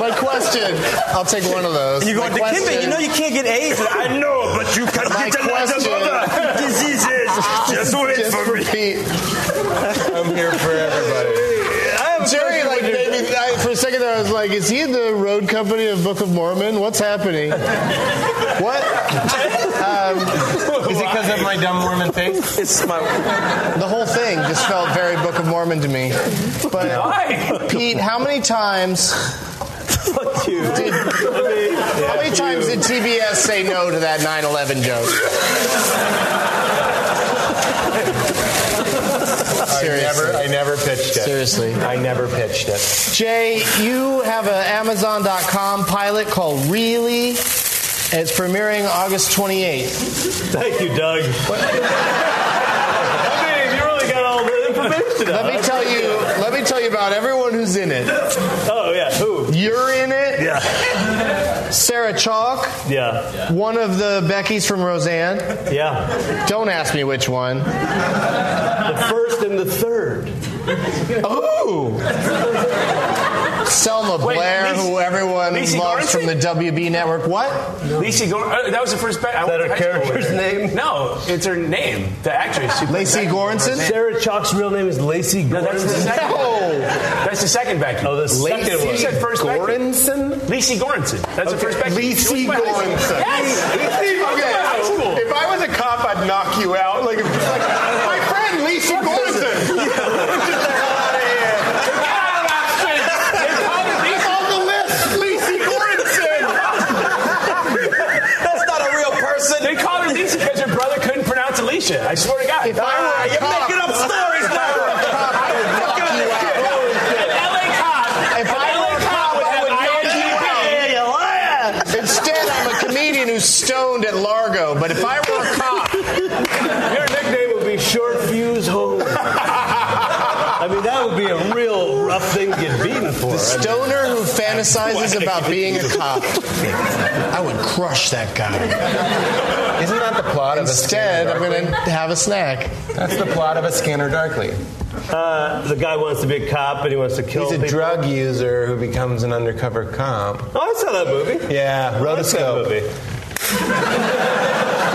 Speaker 6: My question. I'll take one of those.
Speaker 4: You go
Speaker 6: My
Speaker 4: to Kimba, you know you can't get AIDS.
Speaker 2: I know, but you can
Speaker 6: My
Speaker 2: get a lot of
Speaker 6: question-
Speaker 2: other diseases. Just wait
Speaker 6: Just
Speaker 2: for me.
Speaker 6: Pete.
Speaker 1: I'm here for everybody.
Speaker 6: Jerry, like maybe I, for a second there, I was like, is he in the road company of Book of Mormon? What's happening? what? Um,
Speaker 1: Is it because of my dumb Mormon face?
Speaker 4: it's my.
Speaker 6: the whole thing just felt very Book of Mormon to me. But Pete, how many times? Fuck you. Did, how many times did TBS say no to that 9/11 joke? Seriously.
Speaker 1: I never pitched it.
Speaker 6: Seriously.
Speaker 1: I never pitched it.
Speaker 6: Jay, you have an Amazon.com pilot called Really. It's premiering August 28th.
Speaker 8: Thank you, Doug. I mean, you really got all the information.
Speaker 6: Let
Speaker 8: out.
Speaker 6: me tell you. Let me tell you about everyone who's in it.
Speaker 8: Oh yeah, who?
Speaker 6: You're in it.
Speaker 8: Yeah,
Speaker 6: Sarah Chalk,
Speaker 8: yeah,
Speaker 6: one of the Beckys from Roseanne.
Speaker 8: yeah.
Speaker 6: Don't ask me which one.
Speaker 8: The first and the third.
Speaker 6: Oh. Selma
Speaker 5: Wait,
Speaker 6: Blair,
Speaker 5: Lisa-
Speaker 6: who everyone
Speaker 5: Lisa
Speaker 6: loves from the WB network. What?
Speaker 5: Lisa Gor- uh, that was the first. Be- I
Speaker 8: that
Speaker 5: went to
Speaker 8: her
Speaker 5: high school with
Speaker 8: character's name?
Speaker 5: No, it's her name. The actress. who played
Speaker 6: Lacey
Speaker 5: Becky.
Speaker 6: Goranson?
Speaker 8: Sarah Chalk's real name is Lacey
Speaker 5: No, that's the
Speaker 8: Gordon.
Speaker 5: second.
Speaker 6: No.
Speaker 5: That's the second Becky.
Speaker 8: Oh, the second
Speaker 5: That's-
Speaker 8: one.
Speaker 5: You said first Becky.
Speaker 1: Goranson?
Speaker 5: Lacey Goranson. That's the first Becky.
Speaker 6: Lacey
Speaker 5: She went to my high school.
Speaker 6: Goranson.
Speaker 5: Yes. She went to my high school.
Speaker 7: If I was a cop, I'd knock you out. Like, like my friend Lisa Gordon.
Speaker 4: That's not a real person.
Speaker 5: They called her Lisa because her brother couldn't pronounce Alicia. I swear to God. Ah,
Speaker 6: If I were a
Speaker 4: You're
Speaker 6: cop,
Speaker 4: making up stories now.
Speaker 6: I would knock you out.
Speaker 5: An LA cop.
Speaker 6: If
Speaker 5: an
Speaker 6: I
Speaker 5: LA
Speaker 6: were a
Speaker 5: cop
Speaker 6: cop,
Speaker 5: would
Speaker 6: I
Speaker 5: have
Speaker 6: would knock you
Speaker 5: ING.
Speaker 6: Instead, I'm a comedian who's stoned at Largo. But if I were a cop,
Speaker 8: Your nickname would be Short Fuse Home. I mean, that would be a real rough thing to get beaten for.
Speaker 6: stoner who fantasizes about being a cop, I would crush that guy.
Speaker 1: Isn't that the plot
Speaker 6: Instead, I'm going to have a snack.
Speaker 1: That's the plot of a Scanner Darkly.
Speaker 8: Uh, the guy wants to be a cop and he wants to kill
Speaker 1: He's a
Speaker 8: people.
Speaker 1: drug user who becomes an undercover cop.
Speaker 8: Oh, I saw that movie.
Speaker 1: Yeah,
Speaker 8: I saw that
Speaker 1: rotoscope.
Speaker 8: movie.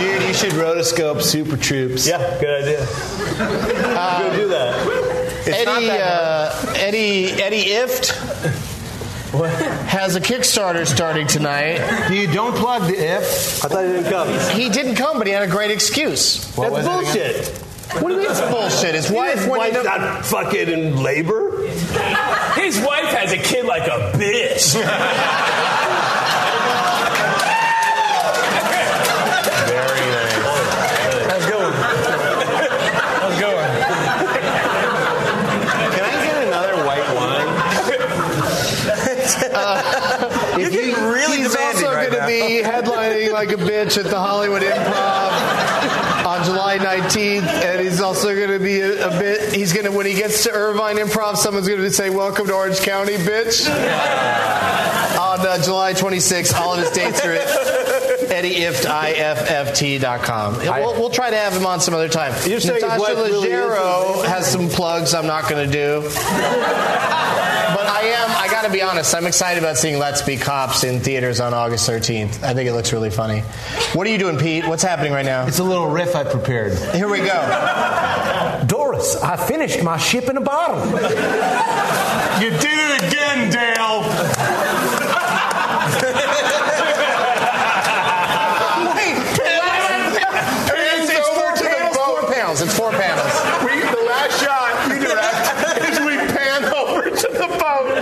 Speaker 1: Dude, you should rotoscope Super Troops. Uh,
Speaker 8: Yeah, good idea. Go do that.
Speaker 6: Eddie,
Speaker 1: not that
Speaker 6: uh, Eddie, Eddie Ift has a Kickstarter starting tonight.
Speaker 1: Dude, don't plug the if.
Speaker 8: I thought you didn't come.
Speaker 6: He didn't come, but he had a great excuse.
Speaker 8: That's bullshit.
Speaker 6: What do you mean it's bullshit? His wife
Speaker 8: Why
Speaker 6: went into
Speaker 8: not fucking in labor?
Speaker 5: His wife has a kid like a bitch.
Speaker 1: Very nice.
Speaker 8: How's it going? How's it going?
Speaker 1: Can I get another white wine?
Speaker 4: You're getting really
Speaker 6: He's
Speaker 4: demanding
Speaker 6: also
Speaker 4: right
Speaker 6: going
Speaker 4: now.
Speaker 6: to be headlining like a bitch at the Hollywood Improv on July 19th, and he's also going to be a, a bit. He's going to when he gets to Irvine Improv, someone's going to say, "Welcome to Orange County, bitch." on uh, July 26th, all of his dates are at eddyift.iffft.com. We'll, we'll try to have him on some other time.
Speaker 8: You're saying his
Speaker 6: Natasha
Speaker 8: wife really is
Speaker 6: Leggero has some plugs I'm not going to do. But I am, I gotta be honest, I'm excited about seeing Let's Be Cops in theaters on August 13th. I think it looks really funny. What are you doing, Pete? What's happening right now?
Speaker 1: It's a little riff I prepared.
Speaker 6: Here we go.
Speaker 11: Doris, I finished my ship in a bottle.
Speaker 7: You did it again, Dale.
Speaker 6: It's, it's four panels, four panels. It's four panels.
Speaker 7: We, the last shot you direct is we pan over to the boat.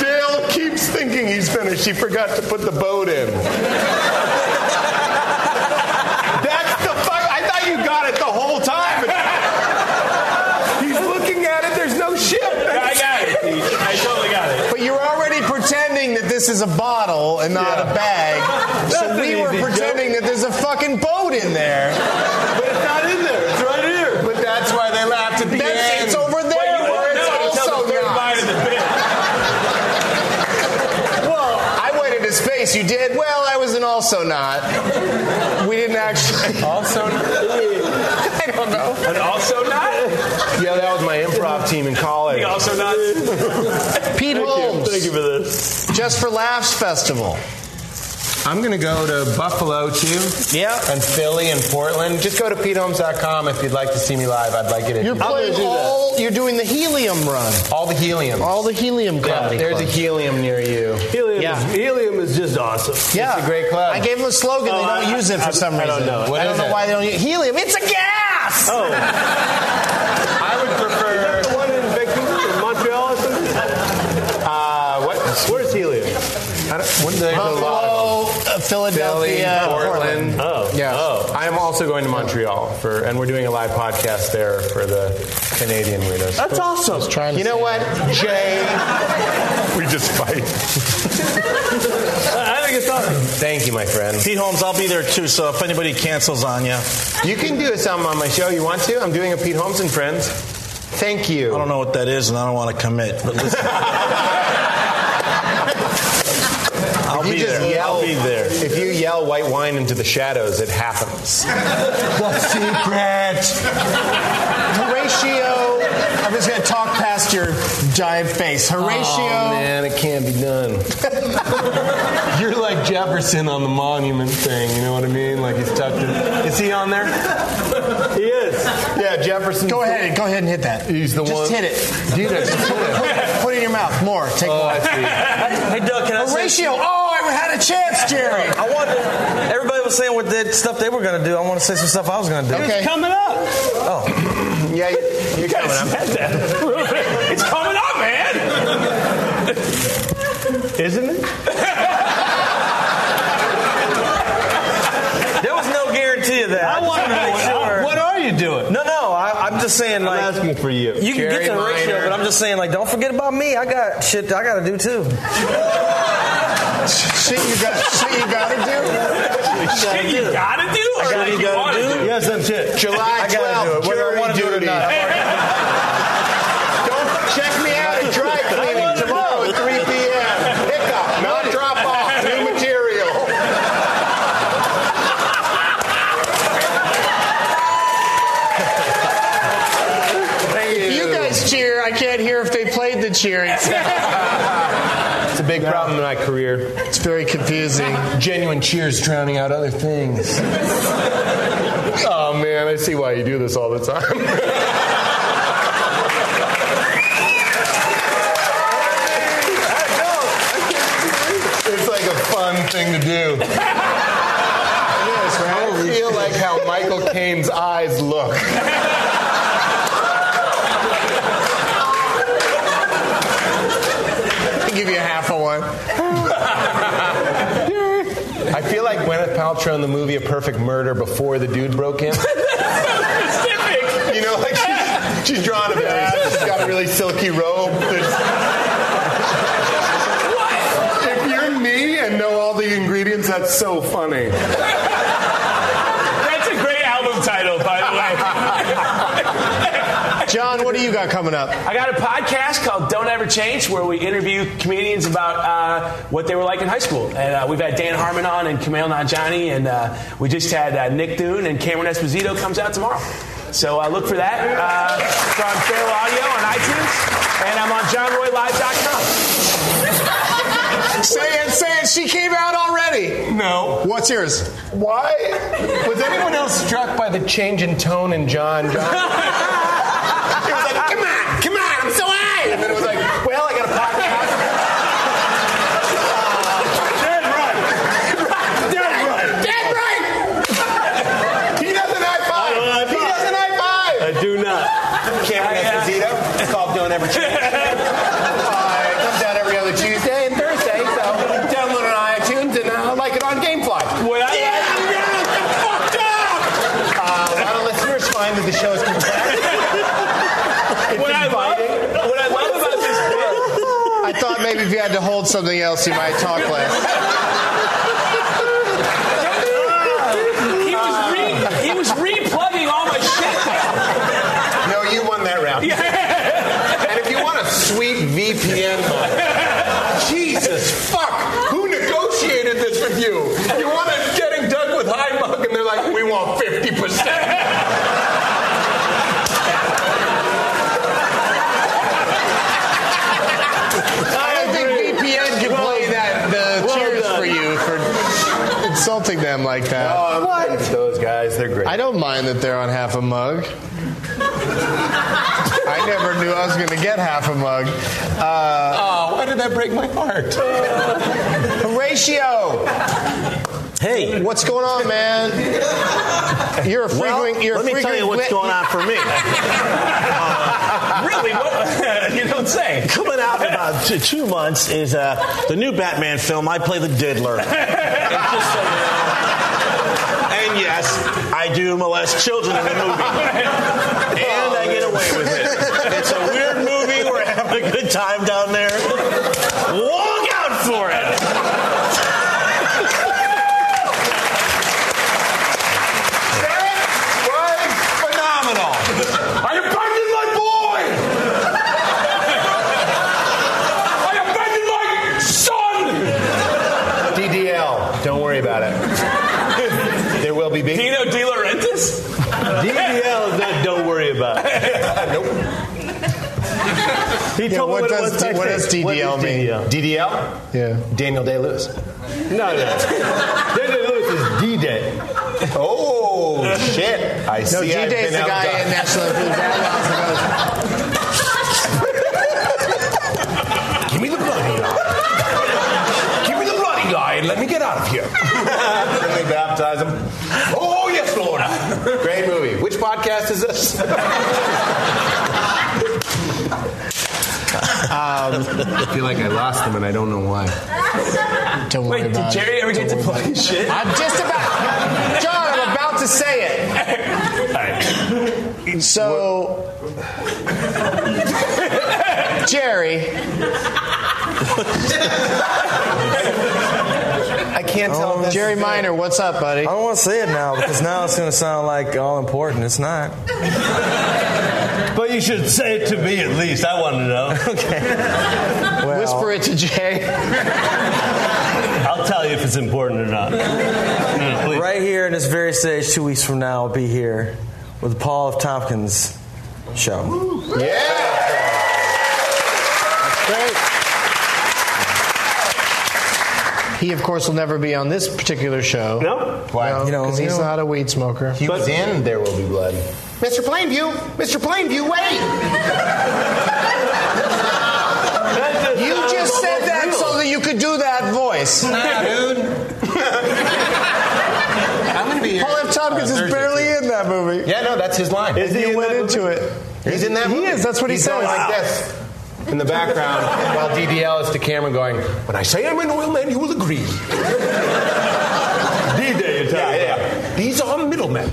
Speaker 7: Dale keeps thinking he's finished. He forgot to put the boat in. That's the fuck. I thought you got it the whole time. He's looking at it. There's no ship.
Speaker 5: I got it. Pete. I totally got it.
Speaker 6: But you're already pretending that this is a bottle and not a bag. So
Speaker 8: That's
Speaker 6: we
Speaker 8: an
Speaker 6: were
Speaker 8: easy joke.
Speaker 6: pretending that there's a fucking boat in there.
Speaker 7: But it's not in there. It's right here. But that's why they laughed at the
Speaker 6: That's, it's over there where
Speaker 5: No,
Speaker 6: it's
Speaker 5: tell
Speaker 6: also
Speaker 5: the third line
Speaker 6: not.
Speaker 5: of the bit.
Speaker 6: Well, I went into space. You did? Well, I was an also not. We didn't actually.
Speaker 1: Also,
Speaker 6: I don't know.
Speaker 5: And also not.
Speaker 1: yeah, that was my improv team in college.
Speaker 5: Also not.
Speaker 6: Pete
Speaker 8: Thank you.
Speaker 6: Holmes,
Speaker 8: Thank you for this.
Speaker 6: Just for Laughs Festival. I'm going to go to Buffalo too. Yeah. And Philly and Portland. Just go to PeteHolmes.com if you'd like to see me live. I'd like it. if
Speaker 1: You're
Speaker 6: you-
Speaker 1: playing all. You're doing the helium run.
Speaker 6: All the helium.
Speaker 1: All the helium
Speaker 6: Yeah,
Speaker 1: comedy.
Speaker 6: there's a
Speaker 1: clubs.
Speaker 6: helium near you.
Speaker 8: Helium,
Speaker 1: Yeah.
Speaker 8: is, helium is just awesome.
Speaker 1: Yeah,
Speaker 6: It's a great club.
Speaker 1: I gave them a slogan.
Speaker 8: Oh,
Speaker 1: they don't
Speaker 8: I-
Speaker 1: use it for
Speaker 8: I-
Speaker 1: some
Speaker 8: I
Speaker 1: reason.
Speaker 8: don't know. What
Speaker 1: I don't
Speaker 6: is
Speaker 1: know
Speaker 6: it?
Speaker 1: why they don't use helium. It's a gas.
Speaker 6: I would prefer.
Speaker 8: The one in Vancouver, in Montreal, or something?
Speaker 6: Uh, what?
Speaker 8: Where's helium?
Speaker 6: I don't, what there's a lot of them.
Speaker 1: Buffalo, uh,
Speaker 6: Philly,
Speaker 1: Philadelphia,
Speaker 6: Portland.
Speaker 8: Oh,
Speaker 6: yeah.
Speaker 8: oh.
Speaker 6: I am also going to Montreal for, and we're doing a live podcast there for the Canadian weirdos.
Speaker 8: That's awesome.
Speaker 1: Trying to
Speaker 6: You know
Speaker 1: say-
Speaker 6: what, Jay?
Speaker 14: We just fight.
Speaker 8: I think it's awesome.
Speaker 6: Thank you, my friend.
Speaker 2: Pete Holmes, I'll be there too. So if anybody cancels on you, I
Speaker 6: You can do something on my show. You want to? I'm doing a Pete Holmes and Friends. Thank you.
Speaker 2: don't know what that is, and I don't want to commit. But listen, I'll
Speaker 6: You
Speaker 2: be
Speaker 6: just
Speaker 2: there.
Speaker 6: yell-
Speaker 2: I'll be there.
Speaker 6: If you yell white wine into the shadows, it happens.
Speaker 2: The secret.
Speaker 1: Horatio. I'm just gonna talk past your giant face,
Speaker 6: Oh,
Speaker 1: Horatio.
Speaker 6: man, it can't be done. You're like Jefferson on the monument thing. You know what I mean? Like he's tucked in. Is he on there?
Speaker 8: He is.
Speaker 6: Yeah, Jefferson.
Speaker 1: go ahead, go ahead and hit that.
Speaker 6: He's the
Speaker 1: just
Speaker 6: one-
Speaker 1: hit it.
Speaker 6: Dude, I just hit it.
Speaker 1: Put it in your mouth. More. Take
Speaker 6: Oh,
Speaker 1: more.
Speaker 6: I see.
Speaker 4: Hey, Doug, can I say?
Speaker 1: Horatio. Oh, I had a chance, Jerry.
Speaker 4: I wanted. Everybody was saying what the stuff they were going to do. I want to say some stuff I was going to do. Oh,
Speaker 1: Okay.
Speaker 5: Coming up.
Speaker 6: Yeah, you- you're coming up.
Speaker 5: It's coming up, man.
Speaker 8: Isn't it?
Speaker 4: There was no guarantee of that.
Speaker 8: I
Speaker 4: just
Speaker 8: want to
Speaker 4: wanted
Speaker 8: know
Speaker 4: make
Speaker 8: what,
Speaker 4: sure.
Speaker 8: what are you doing?
Speaker 4: No, no. I, I'm just saying, like.
Speaker 8: I'm asking for you.
Speaker 4: you can
Speaker 6: Gary
Speaker 4: get to Horatio,
Speaker 6: Minor.
Speaker 4: but I'm just saying, like, don't forget about me. I got shit I got to do too.
Speaker 1: shit you got. Shit you gotta do.
Speaker 5: Shit, you gotta do or like you, wanna do.
Speaker 8: You got some shit.
Speaker 6: July
Speaker 4: I gotta do
Speaker 6: 12th,
Speaker 4: it, whether I
Speaker 6: jury
Speaker 4: wanna do it or
Speaker 6: duty.
Speaker 4: not.
Speaker 6: Don't check me out at dry cleaning tomorrow at 3 p.m. Pick up, not drop off, new material. Thank
Speaker 1: If you guys cheer, I can't hear if they played the cheering.
Speaker 6: It's a big problem in my career.
Speaker 1: It's very confusing.
Speaker 6: Genuine cheers drowning out other things. oh man, I see why you do this all the time. it's like a fun thing to do. I feel like how Michael Caine's eyes look.
Speaker 1: I'll give you a half a one.
Speaker 6: I feel like Gwyneth Paltrow in the movie A Perfect Murder before the dude broke in.
Speaker 5: Specific.
Speaker 6: You know, like she's, she's drawn a bath. She's got a really silky robe. There's, if you're me and know all the ingredients, that's so funny.
Speaker 5: That's a great album title, by the way.
Speaker 1: John, what do you got coming up?
Speaker 5: I got a podcast called Don't Ever Change where we interview comedians about uh, what they were like in high school. And uh, we've had Dan Harmon on and Kamal Nanjani, and uh, we just had uh, Nick Dune and Cameron Esposito comes out tomorrow. So uh, look for that uh, from Feral Audio on iTunes, and I'm on johnroylive.com.
Speaker 1: Say it, say it. She came out already.
Speaker 6: No.
Speaker 1: What's yours?
Speaker 6: Why? Was anyone else struck by the change in tone in John? John? it was like, come on, come on, I'm so high. And then it was like, well, I got a podcast. Dead right. He doesn't high five. He doesn't high five.
Speaker 8: I do not.
Speaker 6: Cameron Esposito. It's called Don't Ever Change. uh, it comes out every other Tuesday and Thursday, so download it on iTunes and uh, like it on GameFly.
Speaker 5: What I like-
Speaker 6: Uh, a lot of listeners find that the show is complex. It's
Speaker 5: What I love,
Speaker 6: inviting.
Speaker 5: what I love about this bit,
Speaker 1: I thought maybe if you had to hold something else, you might talk less.
Speaker 5: he was, re, he was replugging all my shit.
Speaker 6: No, you won that round. And if you want a sweet VPN, model, Jesus fuck, who negotiated this with you? You want to get in Doug with High Muck, and they're like, we want 50%.
Speaker 1: I don't think VPN can play that the cheers for you for
Speaker 6: like that.
Speaker 1: No, Oh, I'm what? those guys. They're great.
Speaker 6: I don't mind that they're on half a mug. I never knew I was going to get half a mug. Uh,
Speaker 1: oh, why did that break my heart? Horatio!
Speaker 13: Hey.
Speaker 6: What's going on, man? You're a frequent. you're a
Speaker 2: let me tell
Speaker 6: frequent
Speaker 2: you what's
Speaker 6: wit-
Speaker 2: going on for me. Uh, really? What? you don't say. Coming out in about two, two months is uh, the new Batman film. I play the diddler. It's just so you know. And yes, I do molest children in the movie. And I get away with it. It's a weird movie. We're having a good time down there. Walk out for it.
Speaker 1: phenomenal. I abandoned my boy. I abandoned my son. DDL. Don't worry about it. there will be baby.
Speaker 5: Dino De Laurentiis?
Speaker 2: DDL is not. Don't worry about. It.
Speaker 1: nope.
Speaker 2: He
Speaker 6: Yeah,
Speaker 2: told
Speaker 6: what
Speaker 2: me
Speaker 6: does
Speaker 2: what, it
Speaker 6: D-
Speaker 2: was
Speaker 6: what does
Speaker 2: Texas. What
Speaker 6: DDL
Speaker 2: is
Speaker 6: mean?
Speaker 1: DDL?
Speaker 6: Yeah.
Speaker 1: Daniel Day Lewis.
Speaker 8: No, no. Daniel Lewis is D Day.
Speaker 1: Oh shit! I
Speaker 6: No,
Speaker 1: see. I've
Speaker 6: G-Day's
Speaker 1: been
Speaker 6: the guy
Speaker 1: outdone.
Speaker 6: in National Lampoon's
Speaker 1: Give me the bloody guy. Give me the bloody guy and let me get out of here. then they baptize him. Oh, yes, Lord. Great movie. Which podcast is this? I feel like I lost them and I don't know why.
Speaker 6: Don't worry
Speaker 5: Wait, did
Speaker 6: about it.
Speaker 5: Jerry ever get to play shit?
Speaker 6: I'm just about, John. I'm about to say it. So, Jerry,
Speaker 4: I can't tell. if Oh,
Speaker 6: Jerry
Speaker 4: this is it.
Speaker 6: Minor, what's up, buddy?
Speaker 4: I don't want to say it now because now it's going to sound like all important. It's not.
Speaker 2: But you should say it to me at least. I want to know.
Speaker 4: Well,
Speaker 6: Whisper it to Jay.
Speaker 2: I'll tell you if it's important or not. No, please.
Speaker 4: Right here in this very stage, two weeks from now, I'll be here with the Paul F. Tompkins show.
Speaker 1: Yeah!
Speaker 6: He, of course, will never be on this particular show.
Speaker 8: No?
Speaker 1: Why?
Speaker 6: you
Speaker 4: You
Speaker 6: know,
Speaker 4: know,
Speaker 6: because he's
Speaker 4: you know-
Speaker 6: not a weed smoker.
Speaker 1: He was in There Will Be Blood. Mr. Plainview! Mr. Plainview, wait!
Speaker 6: You just said that so that you could do that voice.
Speaker 1: Nah, dude. I'm gonna be here.
Speaker 6: Paul F. Tompkins
Speaker 1: uh,
Speaker 6: is
Speaker 1: Thursday,
Speaker 6: barely
Speaker 1: too.
Speaker 6: in that movie.
Speaker 1: Yeah, no, that's his line.
Speaker 6: He went into it.
Speaker 1: He's in that
Speaker 6: He
Speaker 1: movie.
Speaker 6: is. That's what he
Speaker 1: He's
Speaker 6: says.
Speaker 1: going like this in the background while DDL is to camera going, When I say I'm an oil man, you will agree.
Speaker 8: D Day, you're talking
Speaker 1: Yeah,
Speaker 8: about.
Speaker 1: yeah. These are middlemen.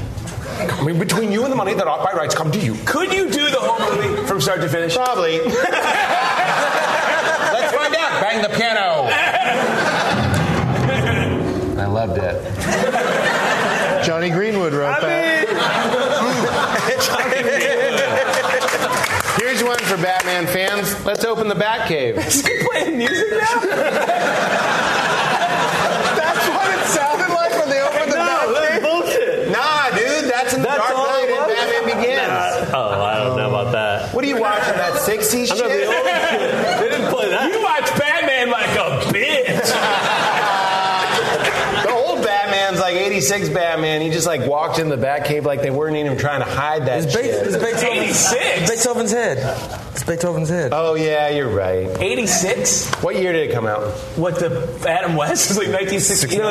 Speaker 1: Coming between you and the money that ought by rights come to you.
Speaker 5: Could you do the whole movie from start to finish?
Speaker 1: Probably. Let's find out. Bang the piano. I loved it.
Speaker 6: Johnny Greenwood wrote that.
Speaker 1: Here's one for Batman fans. Let's open the Batcave.
Speaker 5: Is he playing music now?
Speaker 6: That's what it sounded like when they opened the
Speaker 8: No, that's bullshit.
Speaker 1: Nah, dude, that's in the
Speaker 8: That's
Speaker 1: Dark
Speaker 8: all
Speaker 1: Knight
Speaker 8: it
Speaker 1: and
Speaker 8: was?
Speaker 1: Batman Begins.
Speaker 8: Oh, I don't know about that.
Speaker 1: What are you watching? That 60s
Speaker 8: I'm not the
Speaker 1: shit?
Speaker 8: only kid. They didn't play that.
Speaker 5: You watch Batman like a bitch.
Speaker 1: the old Batman's like 86 Batman. He just like walked in the Batcave like they weren't even trying to hide that
Speaker 4: It's, Be-
Speaker 1: shit.
Speaker 4: it's Beethoven's,
Speaker 5: 86?
Speaker 4: Beethoven's head. It's Beethoven's head.
Speaker 1: Oh yeah, you're right.
Speaker 5: 86?
Speaker 1: What year did it come out?
Speaker 5: What the Adam West is like 1960?
Speaker 1: Tim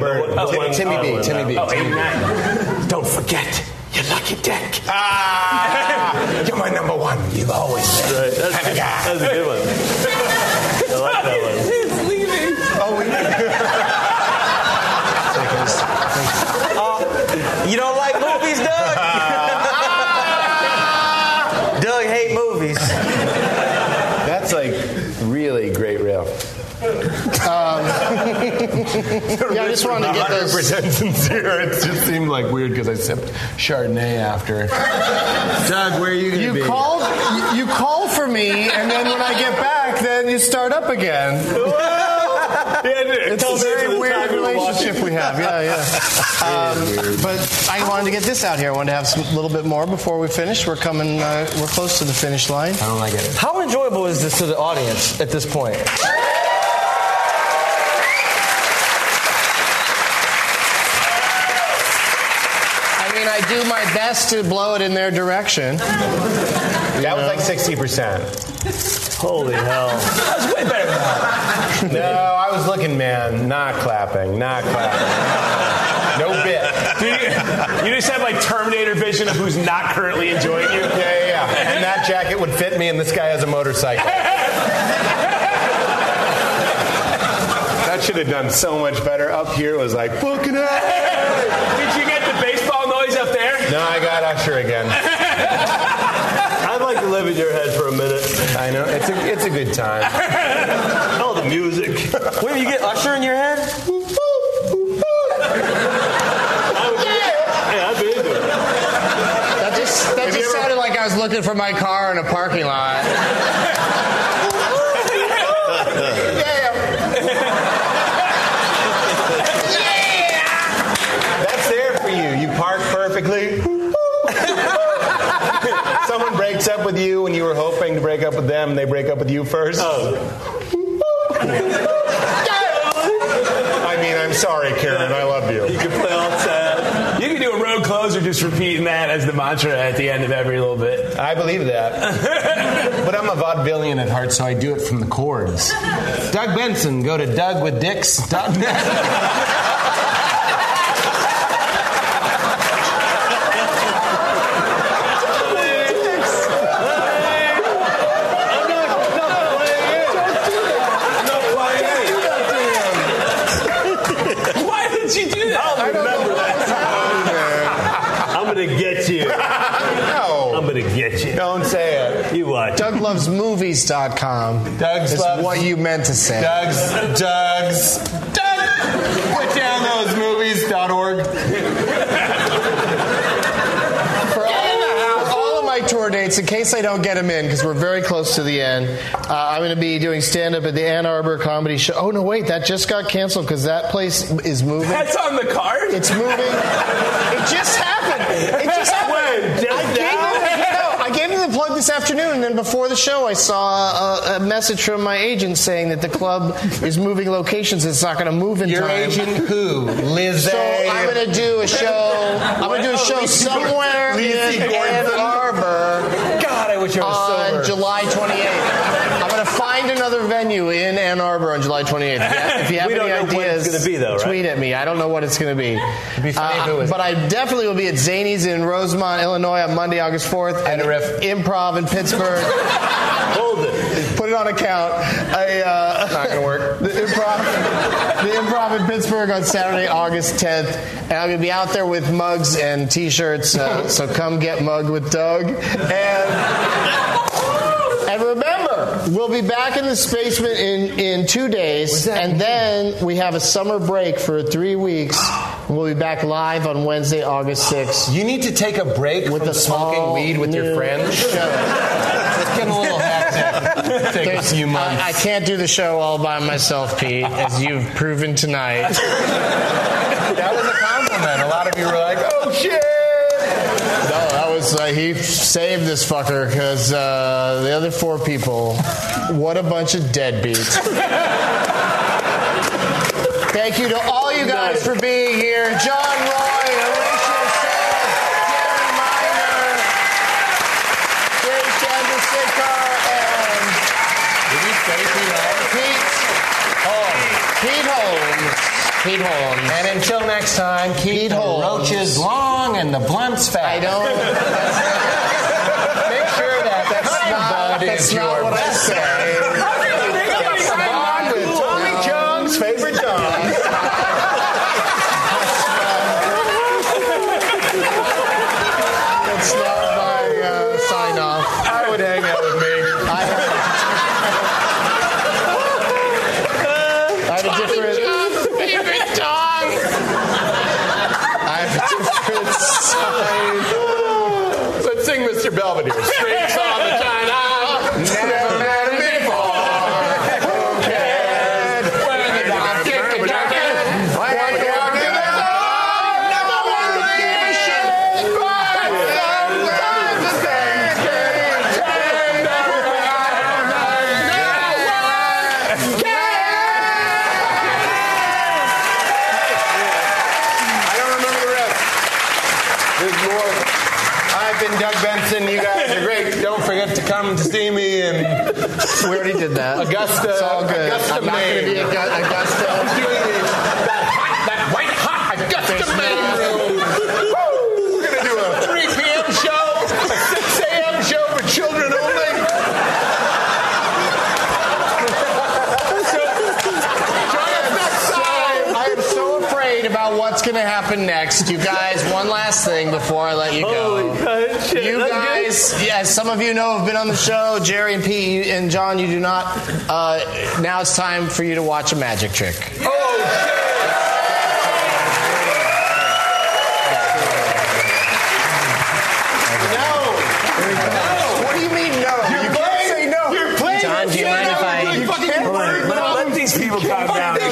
Speaker 1: Burton.
Speaker 5: Oh,
Speaker 1: Tim-
Speaker 5: wait.
Speaker 1: Timmy B. Timmy B.
Speaker 5: Oh,
Speaker 1: Timmy B.
Speaker 5: 89. Don't forget your lucky dick.
Speaker 1: Ah, you're my number one. You've always been.
Speaker 8: Right, That's, that's a good one. I like that one.
Speaker 5: He's leaving.
Speaker 1: Oh, we
Speaker 4: You don't like movies, Doug? Doug hate movies.
Speaker 1: That's like really great rail.
Speaker 6: Um, Yeah, I just wanted to get those.
Speaker 1: sincere. It just seemed like weird because I sipped Chardonnay after. Doug, where are you going
Speaker 6: You called. You you call for me, and then when I get back, then you start up again. It's a very weird relationship we have. Yeah, yeah. Um, but I wanted to get this out here. I wanted to have some- a little bit more before we finish. We're coming. Uh, we're close to the finish line.
Speaker 1: I don't like it.
Speaker 4: How enjoyable is this to the audience at this point?
Speaker 6: do my best to blow it in their direction.
Speaker 1: That was like 60%.
Speaker 8: Holy hell.
Speaker 5: That's way better than that.
Speaker 1: No, I was looking, man. Not clapping. Not clapping. No bit.
Speaker 5: Dude, you, you just have like Terminator vision of who's not currently enjoying you.
Speaker 1: Yeah, yeah, yeah. And that jacket would fit me, and this guy has a motorcycle. that should have done so much better. Up here it was like, fucking hell.
Speaker 5: Did you get the baseball noise up there?
Speaker 1: No, I got Usher again.
Speaker 8: I'd like to live in your head for a minute.
Speaker 1: I know. It's a, it's a good time.
Speaker 8: All the music.
Speaker 4: Wait, you get Usher in your head?
Speaker 8: I would, yeah, I'd be into it.
Speaker 6: That just, that just sounded like I was looking for my car in a parking lot.
Speaker 1: That's there for you. You park perfectly. Someone breaks up with you, and you were hoping to break up with them, and they break up with you first.
Speaker 5: Oh.
Speaker 1: I mean, I'm sorry, Karen. I love you.
Speaker 8: You play all sad.
Speaker 5: You can do a road closer just repeating that as the mantra at the end of every little bit.
Speaker 1: I believe that. but I'm a vaudevillian at heart, so I do it from the chords. Doug Benson, go to dougwithdicks.net.
Speaker 5: Why did you do that?
Speaker 8: I'm going to get you.
Speaker 1: no,
Speaker 8: I'm going to get you.
Speaker 1: don't say it.
Speaker 8: You watch.
Speaker 6: DougLovesMovies.com
Speaker 1: Doug's
Speaker 6: is
Speaker 1: loves-
Speaker 6: what you meant to say.
Speaker 1: Doug's, Doug's, Doug. Put down those movies.org.
Speaker 6: For all, for all of my tour dates, in case I don't get them in, because we're very close to the end, uh, I'm going to be doing stand up at the Ann Arbor Comedy Show. Oh, no, wait, that just got canceled because that place is moving.
Speaker 5: That's on the card?
Speaker 6: It's moving. It just happened. It just happened. I, gave him, no, I gave him the plug this afternoon, and then before the show, I saw a, a message from my agent saying that the club is moving locations. It's not going to move in
Speaker 1: Your
Speaker 6: time.
Speaker 1: agent who? Liz
Speaker 6: So I'm going to do a show. I'm going to do a show somewhere in Ann Arbor
Speaker 1: God, I wish I
Speaker 6: on
Speaker 1: was sober.
Speaker 6: July 28th. I'm going to find another venue in Ann Arbor on July 28th. If you have, if you have
Speaker 8: We don't
Speaker 6: any
Speaker 8: know when
Speaker 6: ideas,
Speaker 8: it's gonna be, though, right?
Speaker 6: tweet at me. I don't know what it's going to be. Uh,
Speaker 1: be funny if it was.
Speaker 6: but I definitely will be at Zany's in Rosemont, Illinois on Monday, August 4th.
Speaker 1: And a riff.
Speaker 6: Improv in Pittsburgh.
Speaker 8: Hold it.
Speaker 6: Put it on account. I, uh,
Speaker 1: Not gonna work.
Speaker 6: The improv, the improv in Pittsburgh on Saturday, August 10th. And I'm going to be out there with mugs and t shirts. Uh, so come get mug with Doug. And, and remember, we'll be back in this basement in, in two days. And then we have a summer break for three weeks. We'll be back live on Wednesday, August 6th.
Speaker 1: You need to take a break
Speaker 6: With
Speaker 1: with from
Speaker 6: a
Speaker 1: smoking
Speaker 6: small
Speaker 1: weed with your
Speaker 6: new
Speaker 1: friends. Let's get a little hectic. Take a
Speaker 6: There's-
Speaker 1: few months.
Speaker 6: I, I can't do the show all by myself, Pete, as you've proven tonight.
Speaker 1: Uh, that was a compliment. A lot of you were like, "Oh shit."
Speaker 6: No, that was uh, he saved this fucker because uh, the other four people, what a bunch of deadbeats. Thank you to all you guys for being here. John Roy, Horatio Sands, Darren Miner, Jay Chandrasekhar, and
Speaker 1: Did we say too loud?
Speaker 6: Pete Holmes. Pete Holmes. Pete Holmes.
Speaker 1: And until next time, keep
Speaker 6: Pete
Speaker 1: the
Speaker 6: Holmes.
Speaker 1: roaches long and the blunts fat.
Speaker 6: I don't.
Speaker 1: Make sure that that's not,
Speaker 6: that's
Speaker 1: is
Speaker 6: not
Speaker 1: your
Speaker 6: what I
Speaker 1: best
Speaker 6: said.
Speaker 1: friend. Get some bond with Tommy Chong's favorite dog.
Speaker 6: It's not my uh, sign off.
Speaker 1: I would hang out with me.
Speaker 6: I have, I have a different. I have a different sign.
Speaker 1: Let's sing Mr. Belvedere. Streets on the China. Never met him before. Who cared? When the dog kicked the bucket, when the dog did the dog, never wanted to give a shit. But sometimes the things can change. Never mind. Never mind. I don't remember the rest. There's more. Branson, you guys are great. Don't forget to come to see me in. We
Speaker 6: already did that.
Speaker 1: Augusta.
Speaker 6: It's all good.
Speaker 1: Augusta,
Speaker 6: I'm not gonna
Speaker 1: Maine.
Speaker 6: be Augu- Augusta.
Speaker 1: I'm doing it. That, that white hot Augusta
Speaker 6: There's
Speaker 1: Maine
Speaker 6: not-
Speaker 1: room. Woo! We're gonna do a 3 p.m. show, a 6 a.m. show for children only. Join us next time.
Speaker 6: I am so afraid about what's going to happen next. You guys, one last thing before I let you go. you guys, yes, some of you know have been on the show. Jerry and Pete you- and John, you do not. Uh, now it's time for you to watch a magic trick.
Speaker 1: What do you mean no? You're playing. Say no. You're playing.
Speaker 6: John, do you mind if I-
Speaker 1: Fucking
Speaker 5: Let these people calm down.